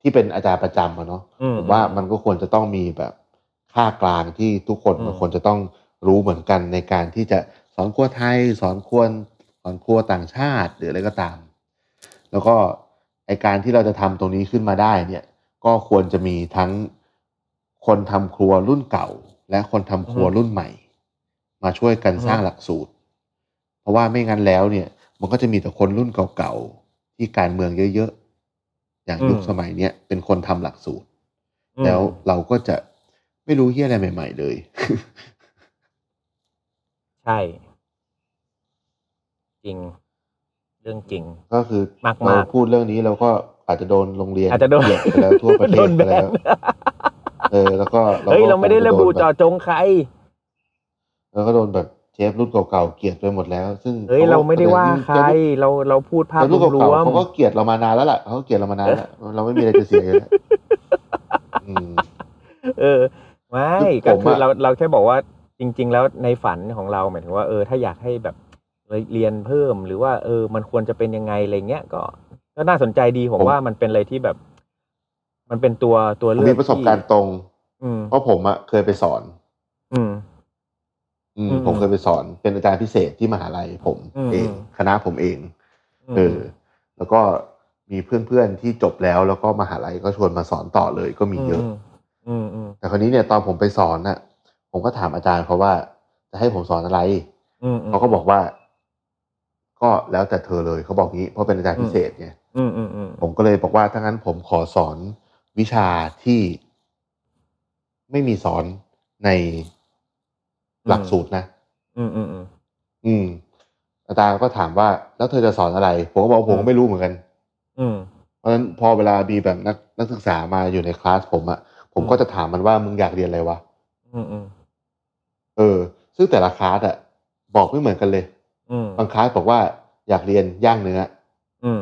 ที่เป็นอาจารย์ประจำอะเนาะ
อื
ผมว่ามันก็ควรจะต้องมีแบบค่ากลางที่ทุกคน
อืม
มันควรจะต้องรู้เหมือนกันในการที่จะสอนครัวไทย สอนครัวสอนครัวต่างชาติหรืออะไรก็ตาม แล้วก็ไอการที่เราจะทำตรงนี้ขึ้นมาได้เนี่ย ก็ควรจะมีทั้งคนทำครัวรุ่นเก่า และคนทำครัวรุ่นใหม่ มาช่วยกันสร้างหลักสูตร เพราะว่าไม่งั้นแล้วเนี่ย มันก็จะมีแต่คนรุ่นเก่าๆที่การเมืองเยอะๆ อย่างยุค
อืม
สมัยเนี้ยเป็นคนทำหลักสูตร
อืม
แล้วเราก็จะไม่รู้เฮียอะไรใหม่ ๆ เลย
ใช่ จริง เรื่องจริง
ก็คือ
มากๆ
เราพูดเรื่องนี้เราก็อาจจะโดนโรงเรียน
อาจจะโดน
เหยียบไปแล้วทั่วประเทศ
โดน
ไป
แบ
แล้ว
น
เออแล้วก็
เฮ้ย
ก็
เราไม่ได้
คงจ
ระบุ
โนแ
เจาะจงใคร
แล้วก็โดนแบบเชฟรุ่นเก่าๆเกลียดไปหมดแล้ว ซึ่ง
เฮ้ย เราไม่ได้ว่าใคร เราเราพูดภาพ
แต่
รว
รุ่นเก่าม ๆเขาก็เกลียดเรามานานแล้วล่ะเขาก็เกลียดเรามานานแล้วเราไม่มีอะไรจะเสียอยู่แล้วอืม
เออไม่
คื
ก็
อผม
คือ
อะ
เราเราแค่บอกว่าจริง ๆ แล้วในฝันของเราหมายถึงว่าเออถ้าอยากให้แบบเรียนเพิ่มหรือว่า เออ มันควรจะเป็นยังไงอะไรเงี้ยก็ก็น่าสนใจดีผมว่ามันเป็นอะไรที่แบบ มันเป็นตัวตัว
ผม
เลือก
มีประสบการณ์
ที่
ตรง
อืม
เพราะผมอะเคยไปสอน
อืม
อืม
อืม
ผมเคยไปสอนเป็นอาจารย์พิเศษที่มหาลัยผม
อืม
เองคณะผมเอง
อืม
เออ แล้วก็มีเพื่อนๆที่จบแล้วแล้วก็มหาลัยก็ชวนมาสอนต่อเลยก็มีเยอะ
อืมอืม
แต่คราวนี้เนี่ยตอนผมไปสอนน่ะ ผมก็ถามอาจารย์เขาว่าจะให้ผมสอนอะไร
อืมอืม
เขาก็บอกว่า ก็แล้วแต่เธอเลยเขาบอกงี้เพราะเป็นอาจารย์พิเศษไง
อืมอืมอืม
ผมก็เลยบอกว่าถ้างั้นผมขอสอนวิชาที่ไม่มีสอนในหลักสูตรนะ
อืมอืมอืม
อืม อาจารย์ก็ถามว่า แล้วเธอจะสอนอะไร ผมก็บอกว่าผม
อื
ก็
ม
ไม่รู้เหมือนกัน
อืม
เพราะฉะนั้นพอเวลามีแบบนักนักศึกษามาอยู่ในคลาสผมอะผม
อืม
ก็จะถามมันว่ามึงอยากเรียนอะไรวะ
อืมอืม
เออ ซึ่งแต่ละคลาสอะบอกไม่เหมือนกันเลย
อืม
บางคลาสบอกว่าอยากเรียนย่างเนื้อ
อืม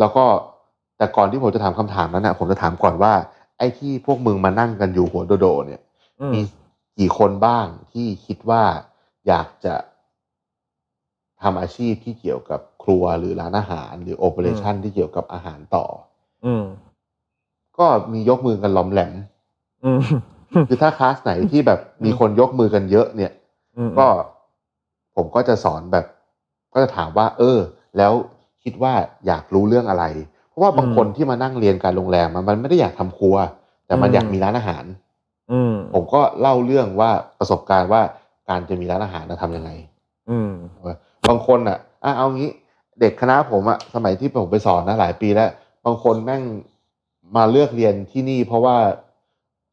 แล้วก็แต่ก่อนที่ผมจะถามคำถามนั้นนะผมจะถามก่อนว่า ไอ้ที่พวกมึงมานั่งกันอยู่หัวโดโด เนี่ย
อืม
มีกี่คนบ้างที่คิดว่าอยากจะทำอาชีพที่เกี่ยวกับครัวหรือร้านอาหาร หรือโอเปอเรชันที่เกี่ยวกับอาหารต่อ
อืม
ก็มียกมือกันหลอมแหลม
อืม
คือถ้าคลาสไหนที่แบบมีคนยกมือกันเยอะเนี่ย
อืม
ก็ผมก็จะสอนแบบ ก็จะถามว่า เออ แล้วคิดว่าอยากรู้เรื่องอะไร เพราะว่าบางคนที่มานั่งเรียนการโรงแรมอะมันไม่ได้อยากทำครัว แต่มันอยากมีร้านอาหาร
อืม
ผมก็เล่าเรื่องว่าประสบการณ์ว่าการจะมีร้านอาหารนะทำยังไง
อืม
บางคนอ่ะอ่ะเอางี้ เด็กคณะผมอ่ะสมัยที่ผมไปสอนนะหลายปีแล้ว บางคนแม่งมาเลือกเรียนที่นี่เพราะว่า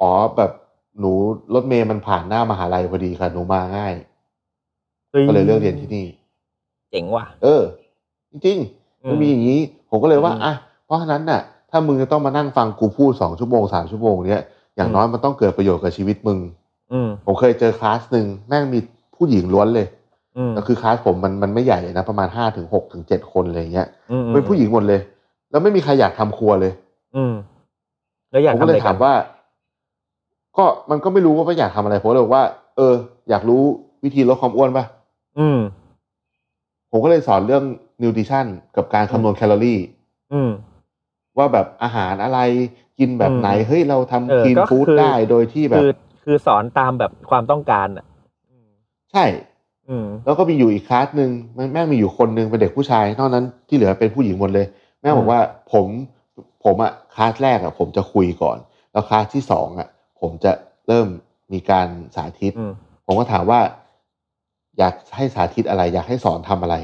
อ๋อแบบหนูรถเมย์มันผ่านหน้ามหาลัยพอดีค่ะหนูมาง่าย ก็เลยเลือกเรียนที่นี่
เจ๋งว่ะ
เออ จริงๆมันมีอย่างนี้ ผมก็เลยว่า
อืม
อ่ะเพราะฉะนั้นน่ะ ถ้ามึงจะต้องมานั่งฟังกูพูดสองชั่วโมงสามชั่วโมงเนี้ยอย่าง
อืม
น้อยมันต้องเกิดประโยชน์กับชีวิตมึง
อืม
ผมเคยเจอคลาสหนึ่งแม่งมีผู้หญิงล้วนเลย
อืม
แล้วคือคลาสผมมันมันไม่ใหญ่นะประมาณห้าถึงหกถึงเจ็ดคนอะไรอย่างเงี้ย
ม
เป็นผู้หญิงหมดเลย แล้วไม่มีใครอยากทำครัวเลย
อืมแล้วอยาก
ผม
ทำอะ
ก็เล
ไรกั
ยถานมว่า ก็มันก็ไม่รู้ว่าอยากทำอะไรผมเลยบอกว่า เออ อยากรู้วิธีลดความอ้วนป่ะ
อืม
ผมก็เลยสอนเรื่องนิวทริชั่นกับการคำนวณแคลอรี่
อืม
ว่าแบบอาหารอะไรกินแบบไหน
อืม
เฮ้ย เราทำ
เออ
คีน
ก็
ฟู้ด
คือ
ได้โดยที่แบบ
คือคือสอนตามแบบความต้องการอ่ะ อืม
ใช่
อืม
แล้วก็มีอยู่อีกคลาสหนึ่งมันแม่งมีอยู่คนหนึ่งเป็นเด็กผู้ชายนอกนั้นที่เหลือเป็นผู้หญิงหมดเลย แม่งบอ
อื
ก
ม
ว่าผมผมอะคลาสแรกอะผมจะคุยก่อน แล้วคลาสที่สองอะผมจะเริ่มมีการสาธิต
อืม
ผมก็ถามว่า อยากให้สาธิตอะไร อยากให้สอนทำอะไร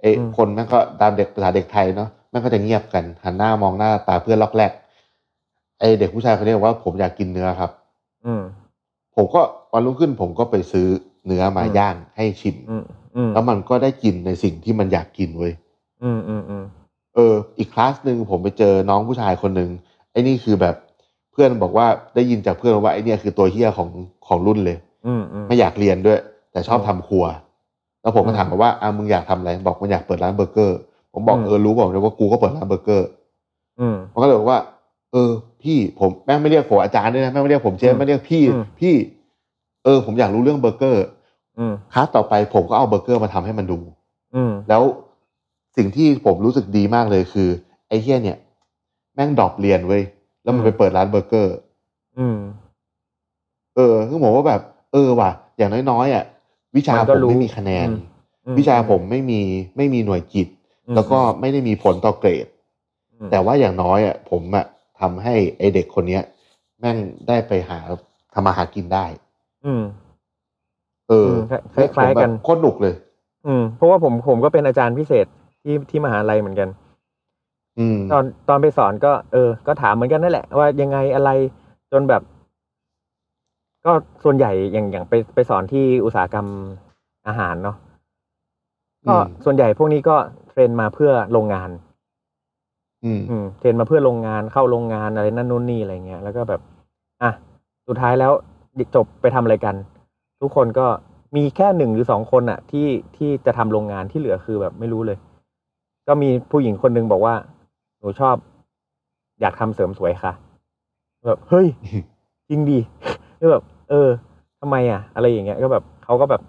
เอ้
อืม
คนแม่งก็ตามเด็กภาษาเด็กไทยเนาะแม่งก็จะเงียบกันหันหน้ามองหน้าตาเพื่อนล็อกแรกไอเด็กผู้ชายคนนี้บอกว่าผมอยากกินเนื้อครับ
อืม
ผมก็วันรุ่งขึ้น ผมก็ไปซื้อเนื้อมา
อืม
ย่างให้ชิม
อืมอืม
แล้วมันก็ได้กินในสิ่งที่มันอยากกินเว้ย
อืมอืมอืม
เออ อีกคลาสหนึ่งผมไปเจอน้องผู้ชายคนหนึ่งไอ้นี่คือแบบเพื่อนบอกว่าได้ยินจากเพื่อนว่าไอ้เนี่ยคือตัวเฮี้ยของของรุ่นเลย
อืมอืม
ไม่อยากเรียนด้วย แต่ชอบทำครัว แล้วผมก็
อืม
ถามมันว่าอ่ะมึงอยากทำอะไรบอกมันอยากเปิดร้านเบอร์เกอร์ ผมบอก
อืม
เออรู้บอกเลยว่ากูก็เปิดร้านเบอร์เกอร์
อืม
มันก็เลยบอกว่า เออ พี่ผมแม่งไม่เรียกผมอาจารย์ด้วยนะแม่งไม่เรียกผมเชฟไม่เรียกพี่
อืม
พี่ เออ ผมอยากรู้เรื่องเบอร์เกอร์
อืม
คลาสต่อไปผมก็เอาเบอร์เกอร์มาทำให้มันดู
อืม
แล้วสิ่งที่ผมรู้สึกดีมากเลยคือ ไอ้เฮียเนี่ย แม่งดรอปเรียนเว้ยแล้วมันไปเปิดร้านเบอร์เกอร์
อืม
เออคือผมว่าแบบ เออว่ะ อย่างน้อยๆอ่ะวิชา
มัน
ผ
ก็
ม
รู้
ไม่มีคะแนน
อืม อื
วิชาผมไม่มีไม่มีหน่วยกิต
อืม
แล้วก็ไม่ได้มีผลต่อเกรด
อืม
แต่ว่าอย่างน้อยอ่ะผมอ่ะทำให้ไอเด็กคนเนี้ย แม่งได้ไปหาทำมาหากินได้
อืม
เออ
คล้ายๆกัน
ผมแบบโคตรหนุกเลย
อืมเพราะว่าผมผมก็เป็นอาจารย์พิเศษที่ที่มหาลัยเหมือนกัน
อืม
ตอนตอนไปสอนก็เออ ก็ถามเหมือนกันนั่นแหละ ว่ายังไงอะไรจนแบบ ก็ส่วนใหญ่อย่างอย่างไปไปสอนที่อุตสาหกรรมอาหารเนาะก็
อืม
ส่วนใหญ่พวกนี้ก็เทรนมาเพื่อโรงงาน
อืม
อืมเทรนมาเพื่อโรงงานเข้าโรงงานอะไรนั่นนู่นนี่อะไรเงี้ยแล้วก็แบบ อ่ะสุดท้ายแล้วจบไปทำอะไรกัน ทุกคนก็มีแค่หนึ่งหรือสองคนอะที่ที่จะทำโรงงานที่เหลือคือแบบไม่รู้เลย ก็มีผู้หญิงคนหนึงบอกว่า หนูชอบ อยากทำเสริมสวยค่ะ แบบเฮ้ย จริง ดีก็แบบ เออทำไมอ่ะ อะไรอย่างเงี้ยก็แบบเขาก็แบบ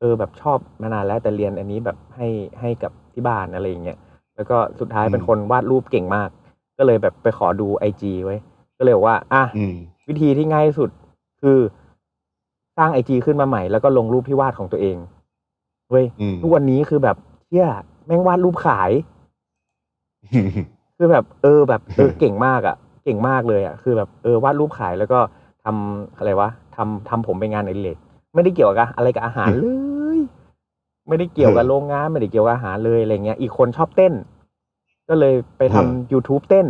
เออแบบชอบมานานแล้วแต่เรียนอันนี้แบบให้ให้กับที่บ้านอะไรอย่างเงี้ย แล้วก็สุดท้ายเป็น
อืม
คนวาดรูปเก่งมาก ก็เลยแบบไปขอดูไอจีไว้ ก็เลยบอกว่า อ่ะ
อืม
วิธีที่ง่ายที่สุดคือสร้างไอจีขึ้นมาใหม่ แล้วก็ลงรูปที่วาดของตัวเองเว้ย
อืม
ทุกวันนี้คือแบบเชี่ยแม่งวาดรูปขาย คือแบบเออแบบเออ เก่งมากอะ่ะ เก่งมากเลยอะ่ะ คือแบบเออวาดรูปขายแล้วก็ทำอะไรวะทำทำผมเป็นงานอดิเรกไม่ได้เกี่ยวกับอะไรกับอาหารเลย ไม่ได้เกี่ยวกับ
เออ
โรงงานไม่ได้เกี่ยวกับอาหารเลยอะไรเงี้ย อีกคนชอบเต้น ก็เลยไปทำ
เออ
youtube เต้น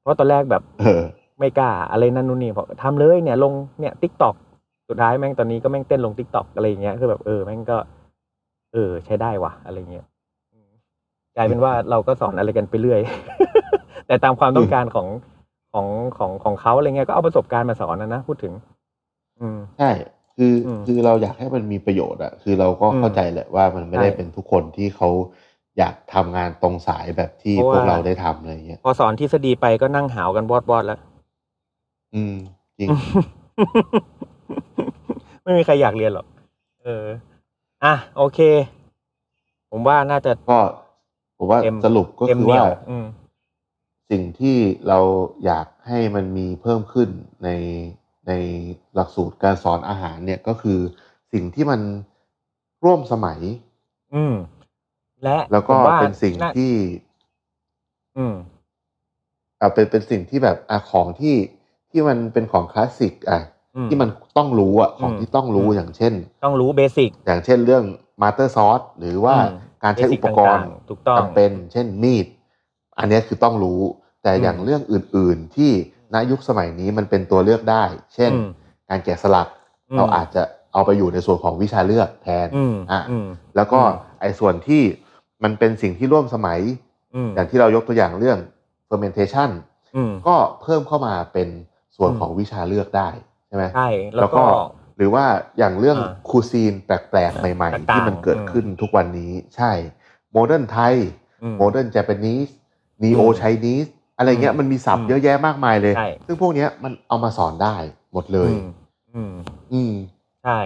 เพราะตอนแรกแบบ
เออ
ไม่กล้าอะไรนั่นนู่นนี่บอกทำเลยเนี่ยลงเนี่ยทิกตอกสุดท้ายแม่งตอนนี้ก็แม่งเต้นลงทิกตอกอะไรอย่างเงี้ยคือแบบเออแม่งก็ เออ ใช้ได้ว่ะอะไรเงี้ยอืมกลายเป็นว่าเราก็สอนอะไรกันไปเรื่อย แต่ตามความต้องการของของของของเขาอะไรเงี้ยก็เอาประสบการณ์มาสอนนะนะพูดถึง อืม
ใช่ คืออ
ม
คือเราอยากให้มันมีประโยชน์อะคือเราก็
อืม
เข้าใจแหละว่ามันไม่ได้
ใช่
เป็นทุกคนที่เขาอยากทำงานตรงสายแบบที่
เพราะ
พวก
ว่า
เราได้ทำอะไรอย่างเงี้ย
พอสอนทฤษฎีไปก็นั่งหาวกันบอดบอดแล้ว
อืม จริง
ไม่มีใครอยากเรียนหรอกเออ อ่ะโอเค ผมว่าน่าจะ
ก็ผมว่า
เต็ม
สรุปก็
เต็ม
คือ
เหนี
ว่า
ยวอืม
สิ่งที่เราอยากให้มันมีเพิ่มขึ้นในในหลักสูตรการสอนอาหารเนี่ยก็คือสิ่งที่มันร่วมสมัย
อืม และ
แล้วก็
ผมว่า
เป็นสิ่ง
า
ที่
อืม
อ่าเป็นเป็นสิ่งที่แบบอ่ะของที่ที่มันเป็นของคลาสสิกอ่ะ
อืม
ที่มันต้องรู้อ่ะของ
อืม
ที่ต้องรู้
อืม
อย่างเช่น
ต้องรู้เบสิก
อย่างเช่นเรื่องมาเตอร์ซอสหรือว่า
อืม
การใช้
basic
อุปกรณ์
ต่างๆถูกต้อง
จำเป็น เช่นมีด อันเนี้ยคือต้องรู้ แต่
อืม
อย่างเรื่องอื่นๆ ที่ณยุคสมัยนี้มันเป็นตัวเลือกได้ เช่น
อืม
การแกะสลัก
อืม
เราอาจจะเอาไปอยู่ในส่วนของวิชาเลือกแทน
อืม
อ่ะ
อืม
แล้วก็
อืม
ไอ้ส่วนที่มันเป็นสิ่งที่ร่วมสมัย
อืม
อย่างที่เรายกตัวอย่างเรื่อง fermentation
อืม
ก็เพิ่มเข้ามาเป็นส่วน
อืม
ของวิชาเลือกได้ใช่ไหม
ใช่แล้วก็
หรือว่าอย่างเรื่อง
อ่า
คูซีนแปลกๆ ใหม่ ๆ
ต่างๆ
ที่มันเกิด
อืม
ขึ้นทุกวันนี้ใช่โมเดิร์นไทย
อืม
โมเดิร์นเจแปนิสนีโอ
อืม
ไชนีสอะไรเงี้ย
อืม
มันมีศัพ
อื
ท์
ม
เยอะแยะมากมายเลย
ใช่
ซึ่งพวกเนี้ยมันเอามาสอนได้หมดเลย
อืมอืม
อืม
ใช่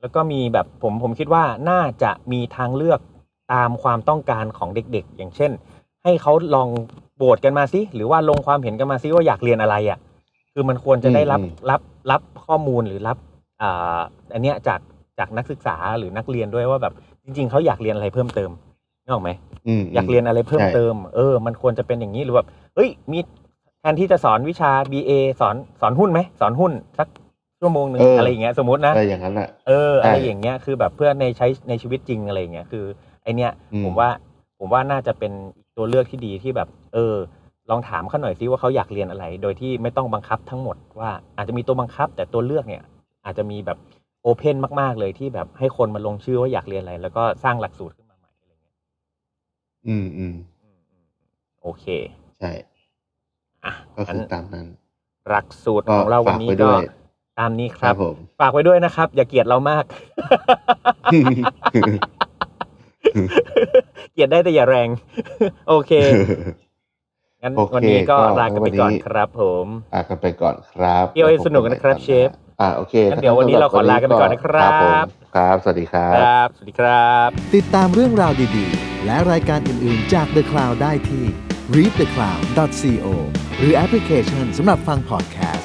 แล้วก็มีแบบผมผมคิดว่าน่าจะมีทางเลือกตามความต้องการของเด็กๆ อย่างเช่น ให้เขาลองโบสกันมาสิหรือว่าลงความเห็นกันมาสิว่าอยากเรียนอะไรอะ่ะ คือมันควรจะได้รับ
อืม
รับรับข้อมูลหรือรับอ่าอันเนี้ยจากจากนักศึกษาหรือนักเรียนด้วยว่าแบบจริง ๆเขาอยากเรียนอะไรเพิ่มเติมนึกออกไหม
อืม
อยากเรียนอะไรเพิ่ม
ใช่
เติม เออ มันควรจะเป็นอย่างนี้หรือแบบ เอ้ย มีแทนที่จะสอนวิชา BA สอนสอนหุ้นไหม สอนหุ้นสักชั่วโมงหนึ่งอะไรอย่างเงี้ยสมมตินะ
อะไรอย่างนั้นแหละ
เออ อะไร
ใช่
อย่างเงี้ยคือแบบเพื่อในใช้ในชีวิตจริงอะไรอย่างเงี้ยคือไอเนี้ย
อืม
ผมว่าผมว่าน่าจะเป็นอีกตัวเลือกที่ดีที่แบบ เออ ลองถามเขาหน่อยซิว่าเขาอยากเรียนอะไร โดยที่ไม่ต้องบังคับทั้งหมดว่าอาจจะมีตัวบังคับ แต่ตัวเลือกเนี่ย อาจจะมีแบบโอเพนมากๆเลยที่แบบให้คนมาลงชื่อว่าอยากเรียนอะไร แล้วก็สร้างหลักสูตรขึ้นมาใหม่อะไรเงี้ย
อืมอืม
อืมอืมโอเค
ใช่
อ่ะ
ก็
งั้
คื
น
อตามนั้น
หลักสูตรของเรา
ก็
วัน
ฝาก
นี้
ไว้
ก็
ด้วย
ตามนี้ค
ค
รั
รับ บผม
ฝากไว้ด้วยนะครับ อย่าเกลียดเรามาก เกลียดได้แต่อย่าแรง โอเค งั้น
โอเค
วันนี้ก็
ก็
ลากันไปก่อน
วันนี้
ครับผม
ลากันไปก่อนครับ
เที่ยวให้
แล้
สนุกกันนะครับ
พบ
เชฟ
ใหม่ตอนหน้าอ่าโอเค
งั้นเดี๋ยววันนี้เราขอลากันไปก่อนนะครับ
ผมครับ สวัสดีครับ
ครับ สวัสดีครับ
ติดตามเรื่องราวดีๆ และรายการอื่นๆจาก The Cloud ได้ที่ readthecloud.co หรือแอปพลิเคชันสำหรับฟัง podcast